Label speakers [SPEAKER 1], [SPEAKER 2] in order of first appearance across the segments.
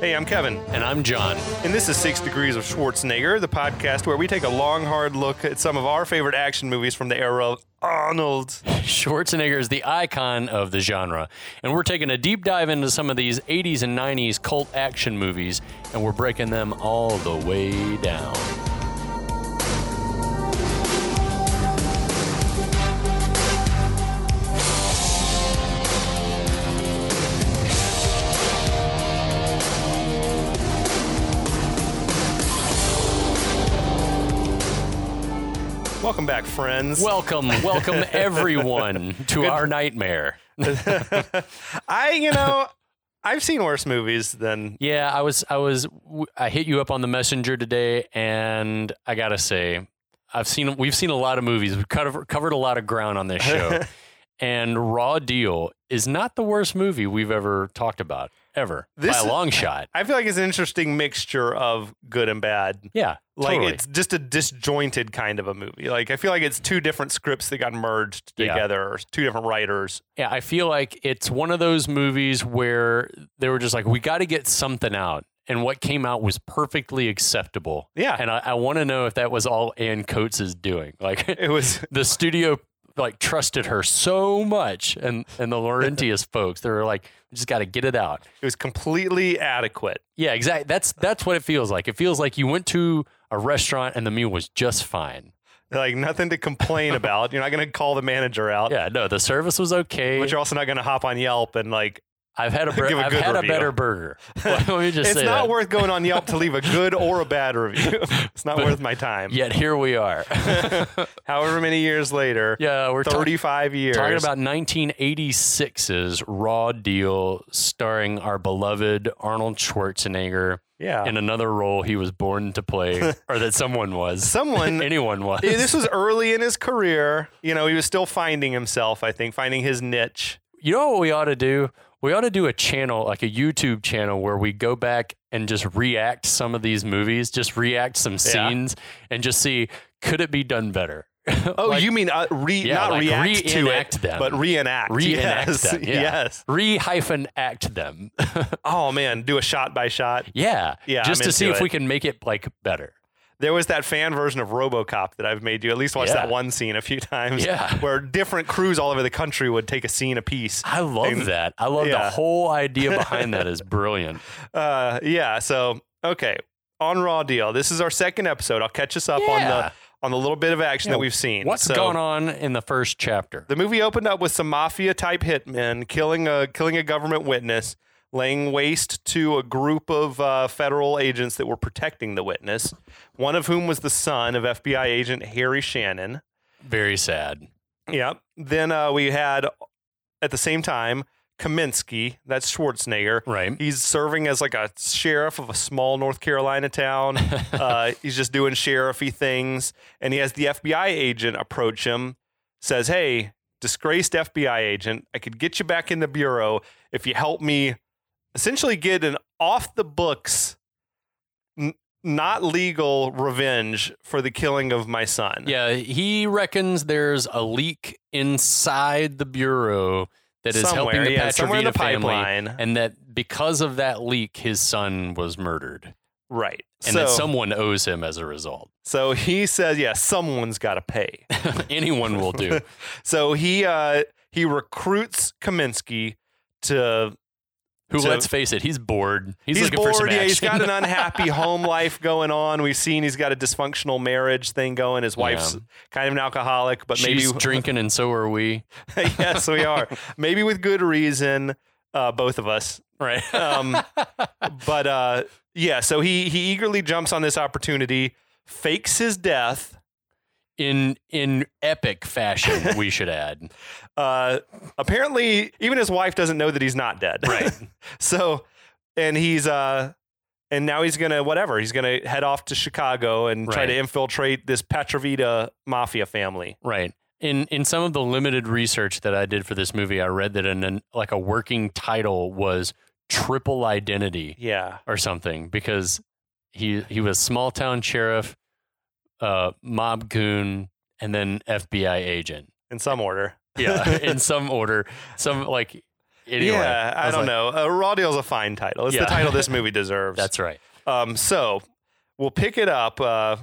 [SPEAKER 1] Hey, I'm Kevin,
[SPEAKER 2] And I'm John.
[SPEAKER 1] and this is Six Degrees of Schwarzenegger, the podcast where we take a long, hard look at some of our favorite action movies from the era of Arnold.
[SPEAKER 2] Schwarzenegger is the icon of the genre. And we're taking a deep dive into some of these 80s and 90s cult action movies, and we're breaking them all the way down.
[SPEAKER 1] Welcome back, friends.
[SPEAKER 2] Welcome, welcome everyone to our nightmare.
[SPEAKER 1] I, you know, I've seen worse movies than
[SPEAKER 2] Yeah, I was, I was, w- I hit you up on the messenger today, and I gotta say, I've seen, we've seen a lot of movies. We've covered, covered a lot of ground on this show, and Raw Deal is not the worst movie we've ever talked about ever
[SPEAKER 1] This-
[SPEAKER 2] by a long shot.
[SPEAKER 1] I feel like it's an interesting mixture of good and bad.
[SPEAKER 2] Yeah,
[SPEAKER 1] Like
[SPEAKER 2] totally.
[SPEAKER 1] it's just a disjointed kind of a movie. Like I feel like it's two different scripts that got merged
[SPEAKER 2] Yeah.
[SPEAKER 1] together, or two different writers.
[SPEAKER 2] Yeah, I feel like it's one of those movies where they were just like, we got to get something out. And what came out was perfectly acceptable.
[SPEAKER 1] Yeah.
[SPEAKER 2] And I, I want to know if that was all Ann Coates is doing. Like
[SPEAKER 1] It was
[SPEAKER 2] the studio like trusted her so much and, and the Laurentius folks, they were like, we just got to get it out.
[SPEAKER 1] it was completely adequate.
[SPEAKER 2] Yeah, exactly. That's, that's what it feels like. It feels like you went to a restaurant and the meal was just fine.
[SPEAKER 1] Like nothing to complain about. You're not going to call the manager out,
[SPEAKER 2] Yeah, no, the service was okay.
[SPEAKER 1] but you're also not going to hop on Yelp and like.
[SPEAKER 2] I've had a, bur-
[SPEAKER 1] Give a
[SPEAKER 2] I've
[SPEAKER 1] good
[SPEAKER 2] had
[SPEAKER 1] review.
[SPEAKER 2] a better burger. Let me just
[SPEAKER 1] it's
[SPEAKER 2] say
[SPEAKER 1] not
[SPEAKER 2] that.
[SPEAKER 1] worth going on Yelp to leave a good or a bad review. It's not worth my time.
[SPEAKER 2] Yet here we are.
[SPEAKER 1] However many years later,
[SPEAKER 2] Yeah, we're talking
[SPEAKER 1] 35 years.
[SPEAKER 2] talking about 1986's Raw Deal, starring our beloved Arnold Schwarzenegger
[SPEAKER 1] yeah.
[SPEAKER 2] in another role he was born to play, or that someone was.
[SPEAKER 1] Someone
[SPEAKER 2] anyone was.
[SPEAKER 1] Yeah, this was early in his career. You know, he was still finding himself, I think, finding his niche.
[SPEAKER 2] you know what we ought to do? We ought to do a channel, like a YouTube channel, where we go back and just react some of these movies, just react some scenes, and just see could it be done better.
[SPEAKER 1] Oh,
[SPEAKER 2] Like,
[SPEAKER 1] you mean uh, re,
[SPEAKER 2] Yeah,
[SPEAKER 1] not
[SPEAKER 2] like
[SPEAKER 1] react to it,
[SPEAKER 2] reenact them.
[SPEAKER 1] but reenact.
[SPEAKER 2] reenact
[SPEAKER 1] yes.
[SPEAKER 2] them? Yeah.
[SPEAKER 1] Yes.
[SPEAKER 2] Re hyphen act them.
[SPEAKER 1] Oh, man. Do a shot by shot.
[SPEAKER 2] yeah.
[SPEAKER 1] Yeah,
[SPEAKER 2] Just
[SPEAKER 1] I'm
[SPEAKER 2] to see
[SPEAKER 1] into
[SPEAKER 2] if
[SPEAKER 1] it.
[SPEAKER 2] we can make it like better.
[SPEAKER 1] There was that fan version of Robocop that I've made you at least watch
[SPEAKER 2] Yeah.
[SPEAKER 1] that one scene a few times
[SPEAKER 2] Yeah.
[SPEAKER 1] where different crews all over the country would take a scene apiece.
[SPEAKER 2] I love
[SPEAKER 1] And-
[SPEAKER 2] that. I love
[SPEAKER 1] yeah.
[SPEAKER 2] the whole idea behind that is brilliant.
[SPEAKER 1] Uh, yeah. So, okay. On Raw Deal, this is our second episode. I'll catch us up on
[SPEAKER 2] Yeah.
[SPEAKER 1] the on the little bit of action
[SPEAKER 2] Yeah,
[SPEAKER 1] that we've seen.
[SPEAKER 2] What's
[SPEAKER 1] So-
[SPEAKER 2] going on in the first chapter?
[SPEAKER 1] The movie opened up with some mafia type hitmen killing a killing a government witness, laying waste to a group of uh, federal agents that were protecting the witness. One of whom was the son of FBI agent Harry Shannon.
[SPEAKER 2] Very sad.
[SPEAKER 1] Yep. Then uh, we had at the same time Kaminsky. That's Schwarzenegger.
[SPEAKER 2] Right.
[SPEAKER 1] He's serving as like a sheriff of a small North Carolina town. uh, he's just doing sheriffy things, and he has the FBI agent approach him. Says, "Hey, disgraced FBI agent, I could get you back in the bureau if you help me, essentially get an off the books, n- not legal revenge for the killing of my son."
[SPEAKER 2] Yeah, he reckons there's a leak inside the bureau that is helping the
[SPEAKER 1] yeah, somewhere in the
[SPEAKER 2] Patrovita family,
[SPEAKER 1] pipeline,
[SPEAKER 2] and that because of that leak, his son was murdered,
[SPEAKER 1] right?
[SPEAKER 2] and
[SPEAKER 1] so,
[SPEAKER 2] that someone owes him as a result.
[SPEAKER 1] so he says, "Yeah, someone's got to pay."
[SPEAKER 2] Anyone will do.
[SPEAKER 1] So he uh, he recruits Kaminsky to
[SPEAKER 2] Who,
[SPEAKER 1] So-
[SPEAKER 2] let's face it, he's bored. He's,
[SPEAKER 1] he's,
[SPEAKER 2] looking
[SPEAKER 1] bored.
[SPEAKER 2] for some
[SPEAKER 1] yeah, he's got
[SPEAKER 2] action.
[SPEAKER 1] an unhappy home life going on. We've seen he's got a dysfunctional marriage thing going. His wife's
[SPEAKER 2] Yeah.
[SPEAKER 1] kind of an alcoholic, but
[SPEAKER 2] She's
[SPEAKER 1] maybe
[SPEAKER 2] drinking, and so are we.
[SPEAKER 1] yes, we are maybe with good reason. Uh, both of us,
[SPEAKER 2] Right.
[SPEAKER 1] um, but uh, yeah. So he he eagerly jumps on this opportunity, fakes his death.
[SPEAKER 2] in in epic fashion, we should add.
[SPEAKER 1] uh, apparently even his wife doesn't know that he's not dead.
[SPEAKER 2] Right.
[SPEAKER 1] so, and he's uh, and now he's gonna whatever. He's gonna head off to Chicago and try
[SPEAKER 2] Right.
[SPEAKER 1] to infiltrate this Petrovita mafia family.
[SPEAKER 2] Right. In in some of the limited research that I did for this movie, I read that an, an like a working title was triple identity
[SPEAKER 1] Yeah,
[SPEAKER 2] or something because he he was small town sheriff, uh, mob goon, and then FBI agent.
[SPEAKER 1] in some order.
[SPEAKER 2] Yeah, in some order, some like anyway.
[SPEAKER 1] yeah, I,
[SPEAKER 2] was
[SPEAKER 1] don't
[SPEAKER 2] like,
[SPEAKER 1] know. Uh, Raw Deal's a fine title. It's
[SPEAKER 2] Yeah.
[SPEAKER 1] the title this movie deserves.
[SPEAKER 2] That's right.
[SPEAKER 1] um. So we'll pick it up uh, at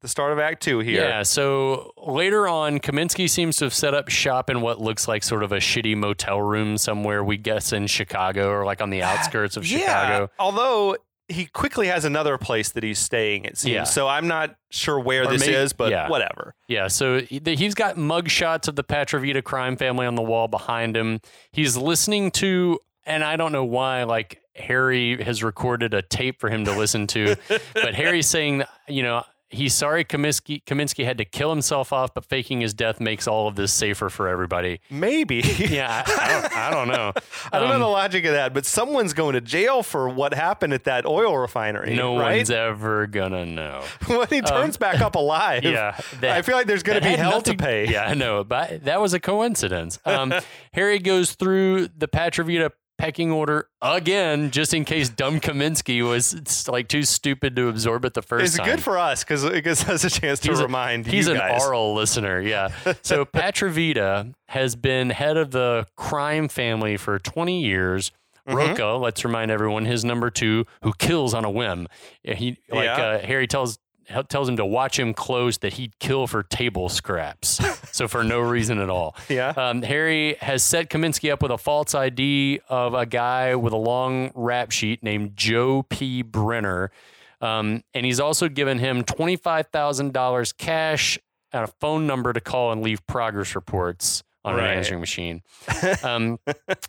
[SPEAKER 1] the start of Act Two here.
[SPEAKER 2] Yeah. So later on, Kaminsky seems to have set up shop in what looks like sort of a shitty motel room somewhere. We guess in Chicago or like on the outskirts of Chicago.
[SPEAKER 1] Although he quickly has another place that he's staying, it seems.
[SPEAKER 2] Yeah.
[SPEAKER 1] So I'm not sure where
[SPEAKER 2] Or
[SPEAKER 1] this
[SPEAKER 2] may-
[SPEAKER 1] is, but
[SPEAKER 2] yeah.
[SPEAKER 1] whatever.
[SPEAKER 2] Yeah, so he- the- he's got mugshots of the Patravita crime family on the wall behind him. He's listening to, and I don't know why, like Harry has recorded a tape for him to listen to, but Harry's saying, that, you know, he's sorry Kaminsky, Kaminsky had to kill himself off, but faking his death makes all of this safer for everybody.
[SPEAKER 1] Maybe.
[SPEAKER 2] Yeah, I, I, don't, I don't know.
[SPEAKER 1] I don't know
[SPEAKER 2] Um,
[SPEAKER 1] the logic of that, but someone's going to jail for what happened at that oil refinery.
[SPEAKER 2] No
[SPEAKER 1] right?
[SPEAKER 2] one's ever gonna know.
[SPEAKER 1] when he turns back up alive.
[SPEAKER 2] Yeah, that-
[SPEAKER 1] I feel like there's going to be
[SPEAKER 2] That had
[SPEAKER 1] hell
[SPEAKER 2] nothing-
[SPEAKER 1] to pay.
[SPEAKER 2] Yeah, I know, but that was a coincidence. Um, Harry goes through the Patravita pecking order again, just in case dumb Kaminsky was it's like too stupid to absorb it the first
[SPEAKER 1] It's
[SPEAKER 2] time.
[SPEAKER 1] good for us because it gives us a chance to
[SPEAKER 2] He's a-
[SPEAKER 1] remind
[SPEAKER 2] He's
[SPEAKER 1] you
[SPEAKER 2] an
[SPEAKER 1] guys.
[SPEAKER 2] oral listener, yeah. So Patravita has been head of the crime family for 20 years.
[SPEAKER 1] Mm-hmm.
[SPEAKER 2] Rocco, let's remind everyone, his number two, who kills on a whim. Yeah, He like
[SPEAKER 1] Yeah.
[SPEAKER 2] uh, Harry tells hel- tells him to watch him close that he'd kill for table scraps. so for no reason at all.
[SPEAKER 1] Yeah.
[SPEAKER 2] Um, Harry has set Kaminsky up with a false ID of a guy with a long rap sheet named Joe P. Brenner. Um, and he's also given him $25,000 cash and a phone number to call and leave progress reports on
[SPEAKER 1] Right.
[SPEAKER 2] an answering machine. Um,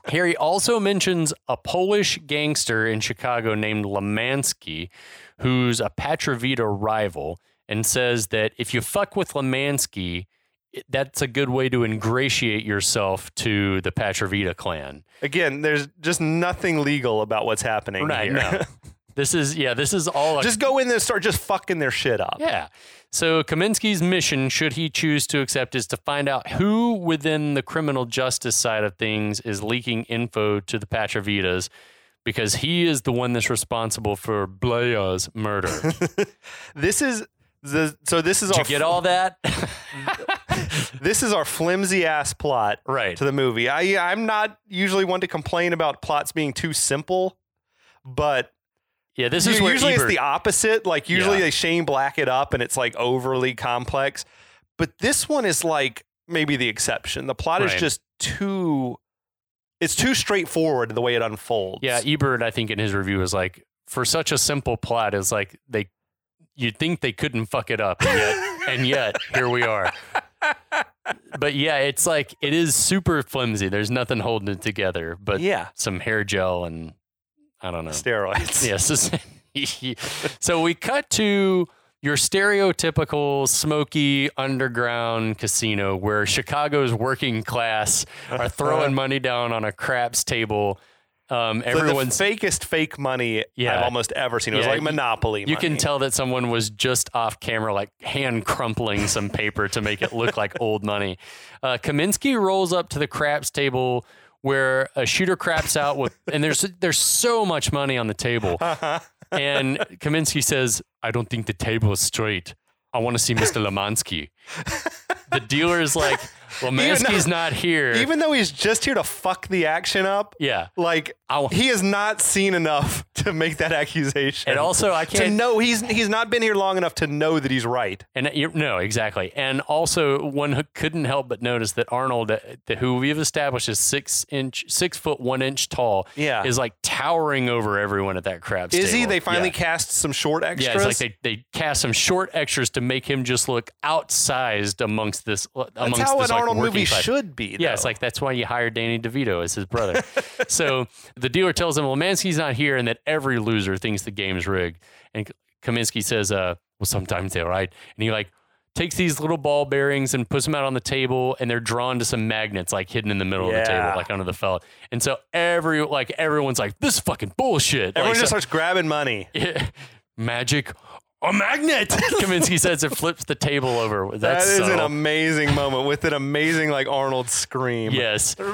[SPEAKER 2] Harry also mentions a Polish gangster in Chicago named Lemansky, who's a Patravita rival, and says that if you fuck with Lemansky, it- that's a good way to ingratiate yourself to the Patravita clan.
[SPEAKER 1] Again, there's just nothing legal about what's happening here.
[SPEAKER 2] no. This is yeah. This is all a
[SPEAKER 1] just go in there and start just fucking their shit up.
[SPEAKER 2] Yeah. So Kaminsky's mission, should he choose to accept, is to find out who within the criminal justice side of things is leaking info to the Pachavitas because he is the one that's responsible for Blaya's murder.
[SPEAKER 1] This is the so this is
[SPEAKER 2] Did
[SPEAKER 1] our
[SPEAKER 2] you get all that?
[SPEAKER 1] this is our flimsy ass plot
[SPEAKER 2] right.
[SPEAKER 1] to the movie. I I'm not usually one to complain about plots being too simple, but
[SPEAKER 2] Yeah, this
[SPEAKER 1] u-
[SPEAKER 2] is where
[SPEAKER 1] usually
[SPEAKER 2] Ebert,
[SPEAKER 1] it's the opposite. Like usually
[SPEAKER 2] Yeah.
[SPEAKER 1] they Shane Black it up and it's like overly complex, but this one is like maybe the exception. The plot is
[SPEAKER 2] Right.
[SPEAKER 1] just too. It's too straightforward the way it unfolds.
[SPEAKER 2] Yeah, Ebert, I think in his review was like, for such a simple plot, is like they you'd think they couldn't fuck it up. And yet, and yet here we are. But yeah, it's like it is super flimsy. There's nothing holding it together, but
[SPEAKER 1] yeah,
[SPEAKER 2] some hair gel and I don't know.
[SPEAKER 1] steroids.
[SPEAKER 2] Yes. so we cut to your stereotypical smoky underground casino where Chicago's working class are throwing money down on a craps table. Um,
[SPEAKER 1] Like
[SPEAKER 2] everyone's
[SPEAKER 1] the fakest fake money
[SPEAKER 2] Yeah.
[SPEAKER 1] I've almost ever seen. It was
[SPEAKER 2] Yeah,
[SPEAKER 1] like
[SPEAKER 2] you-
[SPEAKER 1] Monopoly.
[SPEAKER 2] you can
[SPEAKER 1] money.
[SPEAKER 2] tell that someone was just off camera, like hand crumpling some paper to make it look like old money. Uh, Kaminsky rolls up to the craps table where a shooter craps out with, and there's there's so much money on the table. and Kaminsky says, "I don't think the table is straight. I want to see Mr. Lemansky." the dealer is like, "Lemansky's not here."
[SPEAKER 1] even though he's just here to fuck the action up.
[SPEAKER 2] yeah.
[SPEAKER 1] Like
[SPEAKER 2] I'll-
[SPEAKER 1] he has not seen enough to make that accusation.
[SPEAKER 2] And also, I
[SPEAKER 1] to
[SPEAKER 2] can't.
[SPEAKER 1] know he's he's not been here long enough to know that he's right.
[SPEAKER 2] And you, no, exactly. And also, one who couldn't help but notice that Arnold, uh, th- who we've established is six inch, six foot one inch tall,
[SPEAKER 1] Yeah.
[SPEAKER 2] is like towering over everyone at that crab's
[SPEAKER 1] Is he?
[SPEAKER 2] table.
[SPEAKER 1] They finally
[SPEAKER 2] yeah.
[SPEAKER 1] cast some short extras.
[SPEAKER 2] Yeah, it's like they, they cast some short extras to make him just look outsized amongst this. uh,
[SPEAKER 1] That's
[SPEAKER 2] amongst
[SPEAKER 1] how
[SPEAKER 2] this,
[SPEAKER 1] an
[SPEAKER 2] like,
[SPEAKER 1] Arnold
[SPEAKER 2] working
[SPEAKER 1] movie
[SPEAKER 2] class.
[SPEAKER 1] should be.
[SPEAKER 2] Yeah, it's
[SPEAKER 1] though.
[SPEAKER 2] like that's why you hired Danny DeVito as his brother. so the dealer tells him Lemansky's not here and that every loser thinks the game's rigged. And K- Kaminsky says, uh, well, sometimes they're right. And he like takes these little ball bearings and puts them out on the table and they're drawn to some magnets like hidden in the middle of the
[SPEAKER 1] Yeah.
[SPEAKER 2] table like under the felt and so every like everyone's like this is fucking bullshit
[SPEAKER 1] Everyone
[SPEAKER 2] like,
[SPEAKER 1] just
[SPEAKER 2] so-
[SPEAKER 1] starts grabbing money.
[SPEAKER 2] yeah, magic a magnet kaminsky says it flips the table over that's
[SPEAKER 1] That is an
[SPEAKER 2] subtle.
[SPEAKER 1] amazing moment with an amazing like Arnold scream.
[SPEAKER 2] yes
[SPEAKER 1] Rah!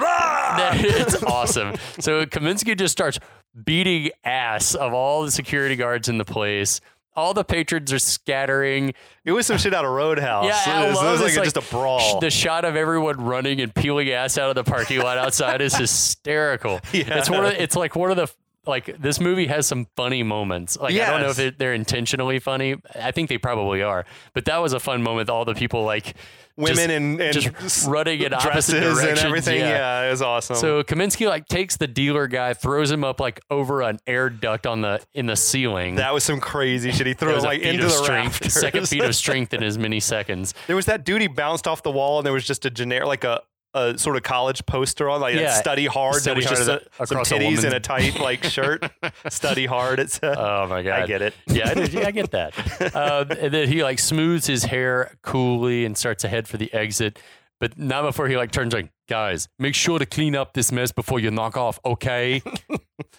[SPEAKER 2] That- it's awesome. So Kaminsky just starts beating ass of all the security guards in the place. All the patrons are scattering.
[SPEAKER 1] It was some shit out of Roadhouse.
[SPEAKER 2] Yeah, I
[SPEAKER 1] it was, it
[SPEAKER 2] love
[SPEAKER 1] was
[SPEAKER 2] this,
[SPEAKER 1] like,
[SPEAKER 2] like,
[SPEAKER 1] just a brawl.
[SPEAKER 2] The shot of everyone running and peeling ass out of the parking lot outside is hysterical.
[SPEAKER 1] Yeah.
[SPEAKER 2] It's one of it's like one of the like this movie has some funny moments. Like I don't know
[SPEAKER 1] Yes.
[SPEAKER 2] if it, they're intentionally funny. I think they probably are. But that was a fun moment. All the people like
[SPEAKER 1] Women
[SPEAKER 2] just-
[SPEAKER 1] and, and s-
[SPEAKER 2] just running in
[SPEAKER 1] dresses
[SPEAKER 2] opposite directions.
[SPEAKER 1] and everything. Yeah. it was awesome.
[SPEAKER 2] So Kaminsky like takes the dealer guy, throws him up like over an air duct on the in the ceiling.
[SPEAKER 1] that was some crazy shit. He
[SPEAKER 2] It
[SPEAKER 1] threw it
[SPEAKER 2] was a
[SPEAKER 1] like
[SPEAKER 2] feat
[SPEAKER 1] into
[SPEAKER 2] of
[SPEAKER 1] the
[SPEAKER 2] strength,
[SPEAKER 1] rafters.
[SPEAKER 2] second feat of strength in as many seconds.
[SPEAKER 1] There was that dude he bounced off the wall, and there was just a generic, like a, a sort of college poster on, like
[SPEAKER 2] Yeah.
[SPEAKER 1] study hard. that
[SPEAKER 2] Study
[SPEAKER 1] was just
[SPEAKER 2] hard
[SPEAKER 1] a, some
[SPEAKER 2] across a
[SPEAKER 1] titties in
[SPEAKER 2] woman's-
[SPEAKER 1] a tight like shirt. study hard. It's a,
[SPEAKER 2] Oh my god!
[SPEAKER 1] I get it.
[SPEAKER 2] Yeah, I, did- yeah, I get that. Uh, and then he like smooths his hair coolly and starts to head for the exit, but not before he like turns like, guys, make sure to clean up this mess before you knock off, okay?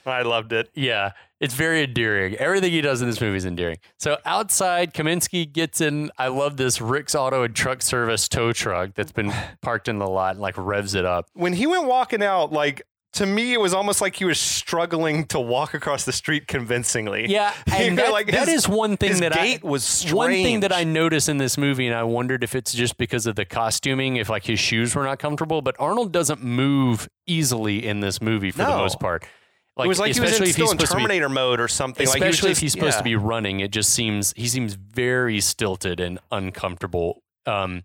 [SPEAKER 1] I loved it.
[SPEAKER 2] Yeah, it's very endearing. Everything he does in this movie is endearing. So outside, Kaminsky gets in. I love this Rick's Auto and Truck Service tow truck that's been parked in the lot and like revs it up.
[SPEAKER 1] when he went walking out, like to me, it was almost like he was struggling to walk across the street convincingly.
[SPEAKER 2] Yeah,
[SPEAKER 1] He
[SPEAKER 2] and
[SPEAKER 1] got,
[SPEAKER 2] that,
[SPEAKER 1] like,
[SPEAKER 2] that
[SPEAKER 1] his-
[SPEAKER 2] is one thing
[SPEAKER 1] his
[SPEAKER 2] that
[SPEAKER 1] gait
[SPEAKER 2] I,
[SPEAKER 1] was
[SPEAKER 2] one thing that I
[SPEAKER 1] strange.
[SPEAKER 2] noticed in this movie, and I wondered if it's just because of the costuming, if like his shoes were not comfortable. But Arnold doesn't move easily in this movie for the
[SPEAKER 1] No.
[SPEAKER 2] most part.
[SPEAKER 1] it was like he was in,
[SPEAKER 2] especially if
[SPEAKER 1] still in
[SPEAKER 2] supposed to be-
[SPEAKER 1] Terminator mode or something.
[SPEAKER 2] especially
[SPEAKER 1] like he was
[SPEAKER 2] if
[SPEAKER 1] just-
[SPEAKER 2] he's supposed to
[SPEAKER 1] yeah.
[SPEAKER 2] be running. It just seems he seems very stilted and uncomfortable. Um,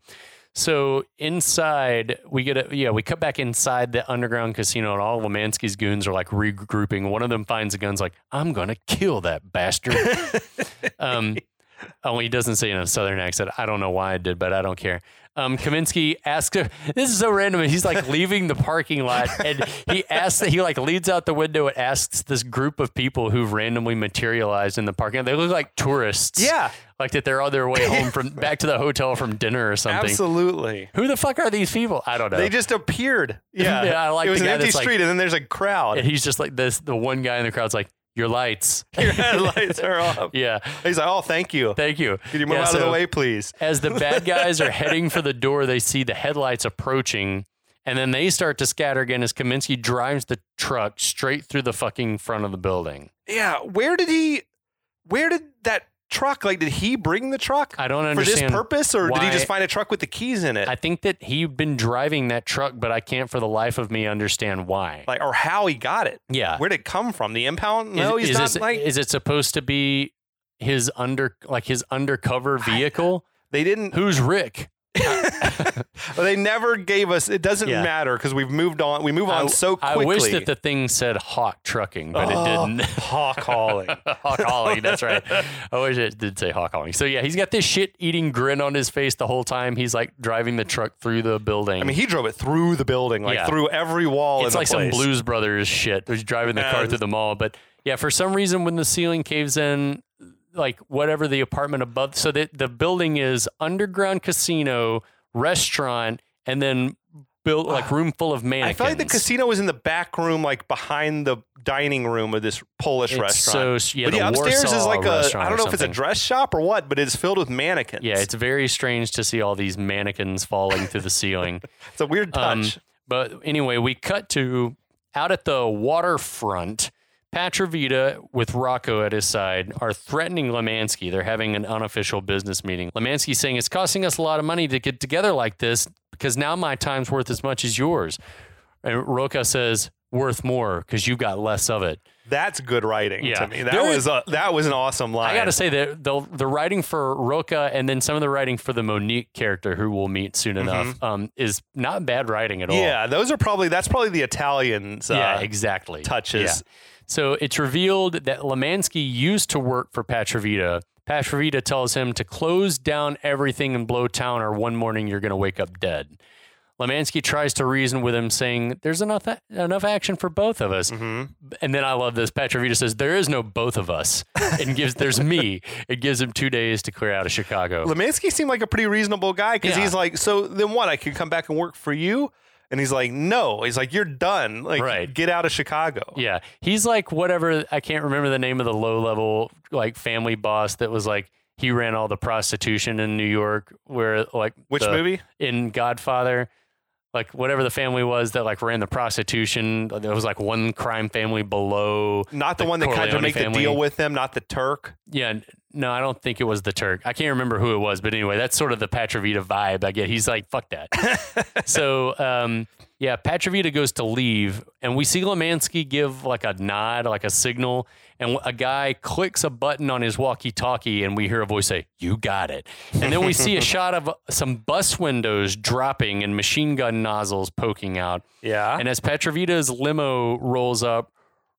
[SPEAKER 2] so inside we get a yeah we cut back inside the underground casino and all Lemansky's goons are like regrouping. One of them finds the guns like I'm gonna kill that bastard. um, only he doesn't say it in a southern accent. I don't know why I did, but I don't care. Um, Kaminsky asks her, this is so random. He's like leaving the parking lot and he asks that he like leads out the window and asks this group of people who've randomly materialized in the parking lot. They look like tourists.
[SPEAKER 1] Yeah.
[SPEAKER 2] Like that they're on their way home from back to the hotel from dinner or something.
[SPEAKER 1] Absolutely.
[SPEAKER 2] Who the fuck are these people? I don't know.
[SPEAKER 1] They just appeared. Yeah.
[SPEAKER 2] Yeah, I like
[SPEAKER 1] it was
[SPEAKER 2] the
[SPEAKER 1] an
[SPEAKER 2] guy
[SPEAKER 1] empty
[SPEAKER 2] that's like-
[SPEAKER 1] street, and then there's a crowd.
[SPEAKER 2] and he's just like this the one guy in the crowd's like, Your lights.
[SPEAKER 1] Your headlights are off.
[SPEAKER 2] yeah.
[SPEAKER 1] He's like, "Oh, thank you.
[SPEAKER 2] Thank you.
[SPEAKER 1] Can you move
[SPEAKER 2] Yeah,
[SPEAKER 1] out of the
[SPEAKER 2] so-
[SPEAKER 1] way, please?"
[SPEAKER 2] as the bad guys are heading for the door, they see the headlights approaching, and then they start to scatter again as Kaminsky drives the truck straight through the fucking front of the building.
[SPEAKER 1] Yeah. Where did he? Where did that truck? Like, did he bring the truck
[SPEAKER 2] I don't
[SPEAKER 1] for this
[SPEAKER 2] understand.
[SPEAKER 1] purpose, or did
[SPEAKER 2] why-
[SPEAKER 1] he just find a truck with the keys in it?
[SPEAKER 2] I think that he'd been driving that truck, but I can't for the life of me understand why.
[SPEAKER 1] like, or how he got it?
[SPEAKER 2] Yeah.
[SPEAKER 1] Where did it come from? The impound? No,
[SPEAKER 2] Uh, is,
[SPEAKER 1] he's
[SPEAKER 2] is
[SPEAKER 1] not
[SPEAKER 2] this-
[SPEAKER 1] like
[SPEAKER 2] is it supposed to be his under like his undercover vehicle?
[SPEAKER 1] they didn't.
[SPEAKER 2] Who's Rick?
[SPEAKER 1] They never gave us. It doesn't
[SPEAKER 2] Yeah.
[SPEAKER 1] matter because we've moved on. We move on
[SPEAKER 2] I-
[SPEAKER 1] so
[SPEAKER 2] I
[SPEAKER 1] quickly. Oh.
[SPEAKER 2] wish that the thing said Hawk Trucking, but it didn't.
[SPEAKER 1] Hawk hauling.
[SPEAKER 2] Hawk Holly, that's right. I wish it did say Hawk Holly. So yeah, he's got this shit eating grin on his face the whole time. He's like driving the truck through the building.
[SPEAKER 1] I mean, he drove it through the building, like
[SPEAKER 2] Yeah.
[SPEAKER 1] through every wall.
[SPEAKER 2] it's
[SPEAKER 1] in
[SPEAKER 2] like
[SPEAKER 1] the
[SPEAKER 2] some
[SPEAKER 1] place.
[SPEAKER 2] Blues Brothers shit. He's driving the car
[SPEAKER 1] Yeah.
[SPEAKER 2] through the mall. But yeah, for some reason, when the ceiling caves in, like whatever the apartment above, so that the building is underground casino, restaurant, and then built like room full of
[SPEAKER 1] I
[SPEAKER 2] mannequins.
[SPEAKER 1] feel like the casino was in the back room, like behind the dining room of this Polish
[SPEAKER 2] It's
[SPEAKER 1] restaurant.
[SPEAKER 2] So, yeah,
[SPEAKER 1] but
[SPEAKER 2] the
[SPEAKER 1] yeah, upstairs is
[SPEAKER 2] Warsaw
[SPEAKER 1] like a.
[SPEAKER 2] restaurant
[SPEAKER 1] I
[SPEAKER 2] or
[SPEAKER 1] don't know if it's a
[SPEAKER 2] something.
[SPEAKER 1] dress shop or what, but it's filled with mannequins.
[SPEAKER 2] Yeah, it's very strange to see all these mannequins falling through the ceiling.
[SPEAKER 1] it's a weird
[SPEAKER 2] Um,
[SPEAKER 1] touch.
[SPEAKER 2] but anyway, we cut to out at the waterfront. Patravita with Rocco at his side are threatening Lemansky. They're having an unofficial business meeting. Lemansky saying it's costing us a lot of money to get together like this because now my time's worth as much as yours. And Rocco says worth more because you got less of it.
[SPEAKER 1] That's good writing
[SPEAKER 2] Yeah.
[SPEAKER 1] to me. That
[SPEAKER 2] There
[SPEAKER 1] was
[SPEAKER 2] is-
[SPEAKER 1] a, that was an awesome line.
[SPEAKER 2] I gotta say that the the writing for Roca and then some of the writing for the Monique character, who we'll meet soon enough, um, is not bad writing at all.
[SPEAKER 1] Yeah, those are probably that's probably the Italians. Uh,
[SPEAKER 2] yeah, exactly.
[SPEAKER 1] touches.
[SPEAKER 2] Yeah. So it's revealed that Lemansky used to work for Patravita. Patravita tells him to close down everything and blow town, or one morning you're gonna wake up dead. Lemansky tries to reason with him, saying, There's enough, enough action for both of us.
[SPEAKER 1] Mm-hmm.
[SPEAKER 2] And then I love this. Petrovita says, There is no both of us. And gives, there's me. It gives him two days to clear out of Chicago.
[SPEAKER 1] Lemansky seemed like a pretty reasonable guy because
[SPEAKER 2] Yeah.
[SPEAKER 1] he's like, so then what? I could come back and work for you? And he's like, no. He's like, you're done. Like,
[SPEAKER 2] Right.
[SPEAKER 1] get out of Chicago.
[SPEAKER 2] Yeah. He's like whatever I can't remember the name of the low level like family boss that was like he ran all the prostitution in New York where like
[SPEAKER 1] Which
[SPEAKER 2] the-
[SPEAKER 1] movie?
[SPEAKER 2] in Godfather. Like whatever the family was that like ran the prostitution, there was like one crime family below.
[SPEAKER 1] Not the,
[SPEAKER 2] the
[SPEAKER 1] one that kind
[SPEAKER 2] Corleone
[SPEAKER 1] of make the
[SPEAKER 2] family.
[SPEAKER 1] deal with them, not the Turk.
[SPEAKER 2] Yeah, n- no, I don't think it was the Turk. I can't remember who it was, but anyway, that's sort of the Patravita vibe I get. He's like, fuck that. so, um, yeah, Patravita goes to leave, and we see Lemansky give like a nod, like a signal, and a guy clicks a button on his walkie talkie, and we hear a voice say, You got it. And then we see a shot of some bus windows dropping and machine gun nozzles poking out.
[SPEAKER 1] Yeah.
[SPEAKER 2] And as Petrovita's limo rolls up,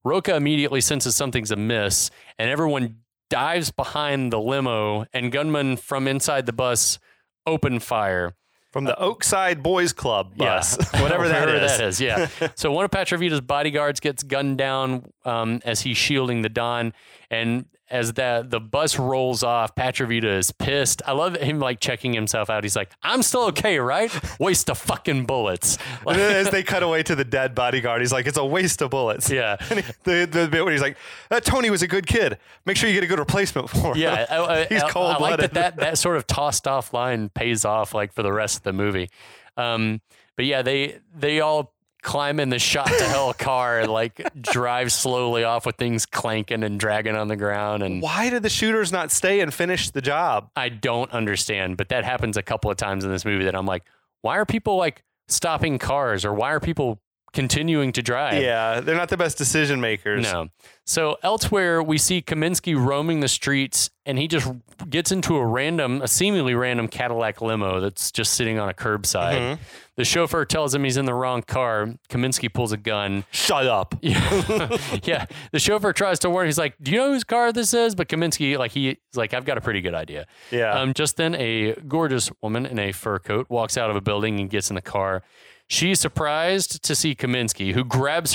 [SPEAKER 2] Roca immediately senses something's amiss, and everyone dives behind the limo, and gunmen from inside the bus open fire.
[SPEAKER 1] From the Oakside Boys Club bus,
[SPEAKER 2] uh, Yeah.
[SPEAKER 1] whatever that is.
[SPEAKER 2] that is. Yeah. so one of Petrovita's bodyguards gets gunned down um, as he's shielding the Don, and as that the bus rolls off, Petrovita is pissed. I love him like checking himself out. He's like, "I'm still okay, right? Waste of fucking bullets."
[SPEAKER 1] And
[SPEAKER 2] Like,
[SPEAKER 1] then as they cut away to the dead bodyguard, he's like, it's a waste of bullets.
[SPEAKER 2] yeah.
[SPEAKER 1] And he- the, the bit where he's like, "Uh, Tony was a good kid. Make sure you get a good replacement for him.
[SPEAKER 2] Yeah, I, I,
[SPEAKER 1] He's
[SPEAKER 2] I- I like
[SPEAKER 1] cold-blooded.
[SPEAKER 2] that, that that sort of tossed off line pays off like for the rest of the movie. Um, but yeah, they they all climb in the shot to hell car and like drive slowly off with things clanking and dragging on the ground and.
[SPEAKER 1] Why did the shooters not stay and finish the job?
[SPEAKER 2] I don't understand, but that happens a couple of times in this movie that I'm like, why are people like stopping cars or why are people continuing to drive?
[SPEAKER 1] Yeah, they're not the best decision makers.
[SPEAKER 2] No. So elsewhere, we see Kaminsky roaming the streets, and he just gets into a random, a seemingly random Cadillac limo that's just sitting on a curbside. The chauffeur tells him he's in the wrong car. Kaminsky pulls a gun.
[SPEAKER 1] Shut up.
[SPEAKER 2] Yeah, yeah. The chauffeur tries to warn. him. He's like, "Do you know whose car this is?" But Kaminsky, like, he's like, "I've got a pretty good idea."
[SPEAKER 1] Yeah.
[SPEAKER 2] Um, just then, a gorgeous woman in a fur coat walks out of a building and gets in the car. She's surprised to see Kaminsky, who grabs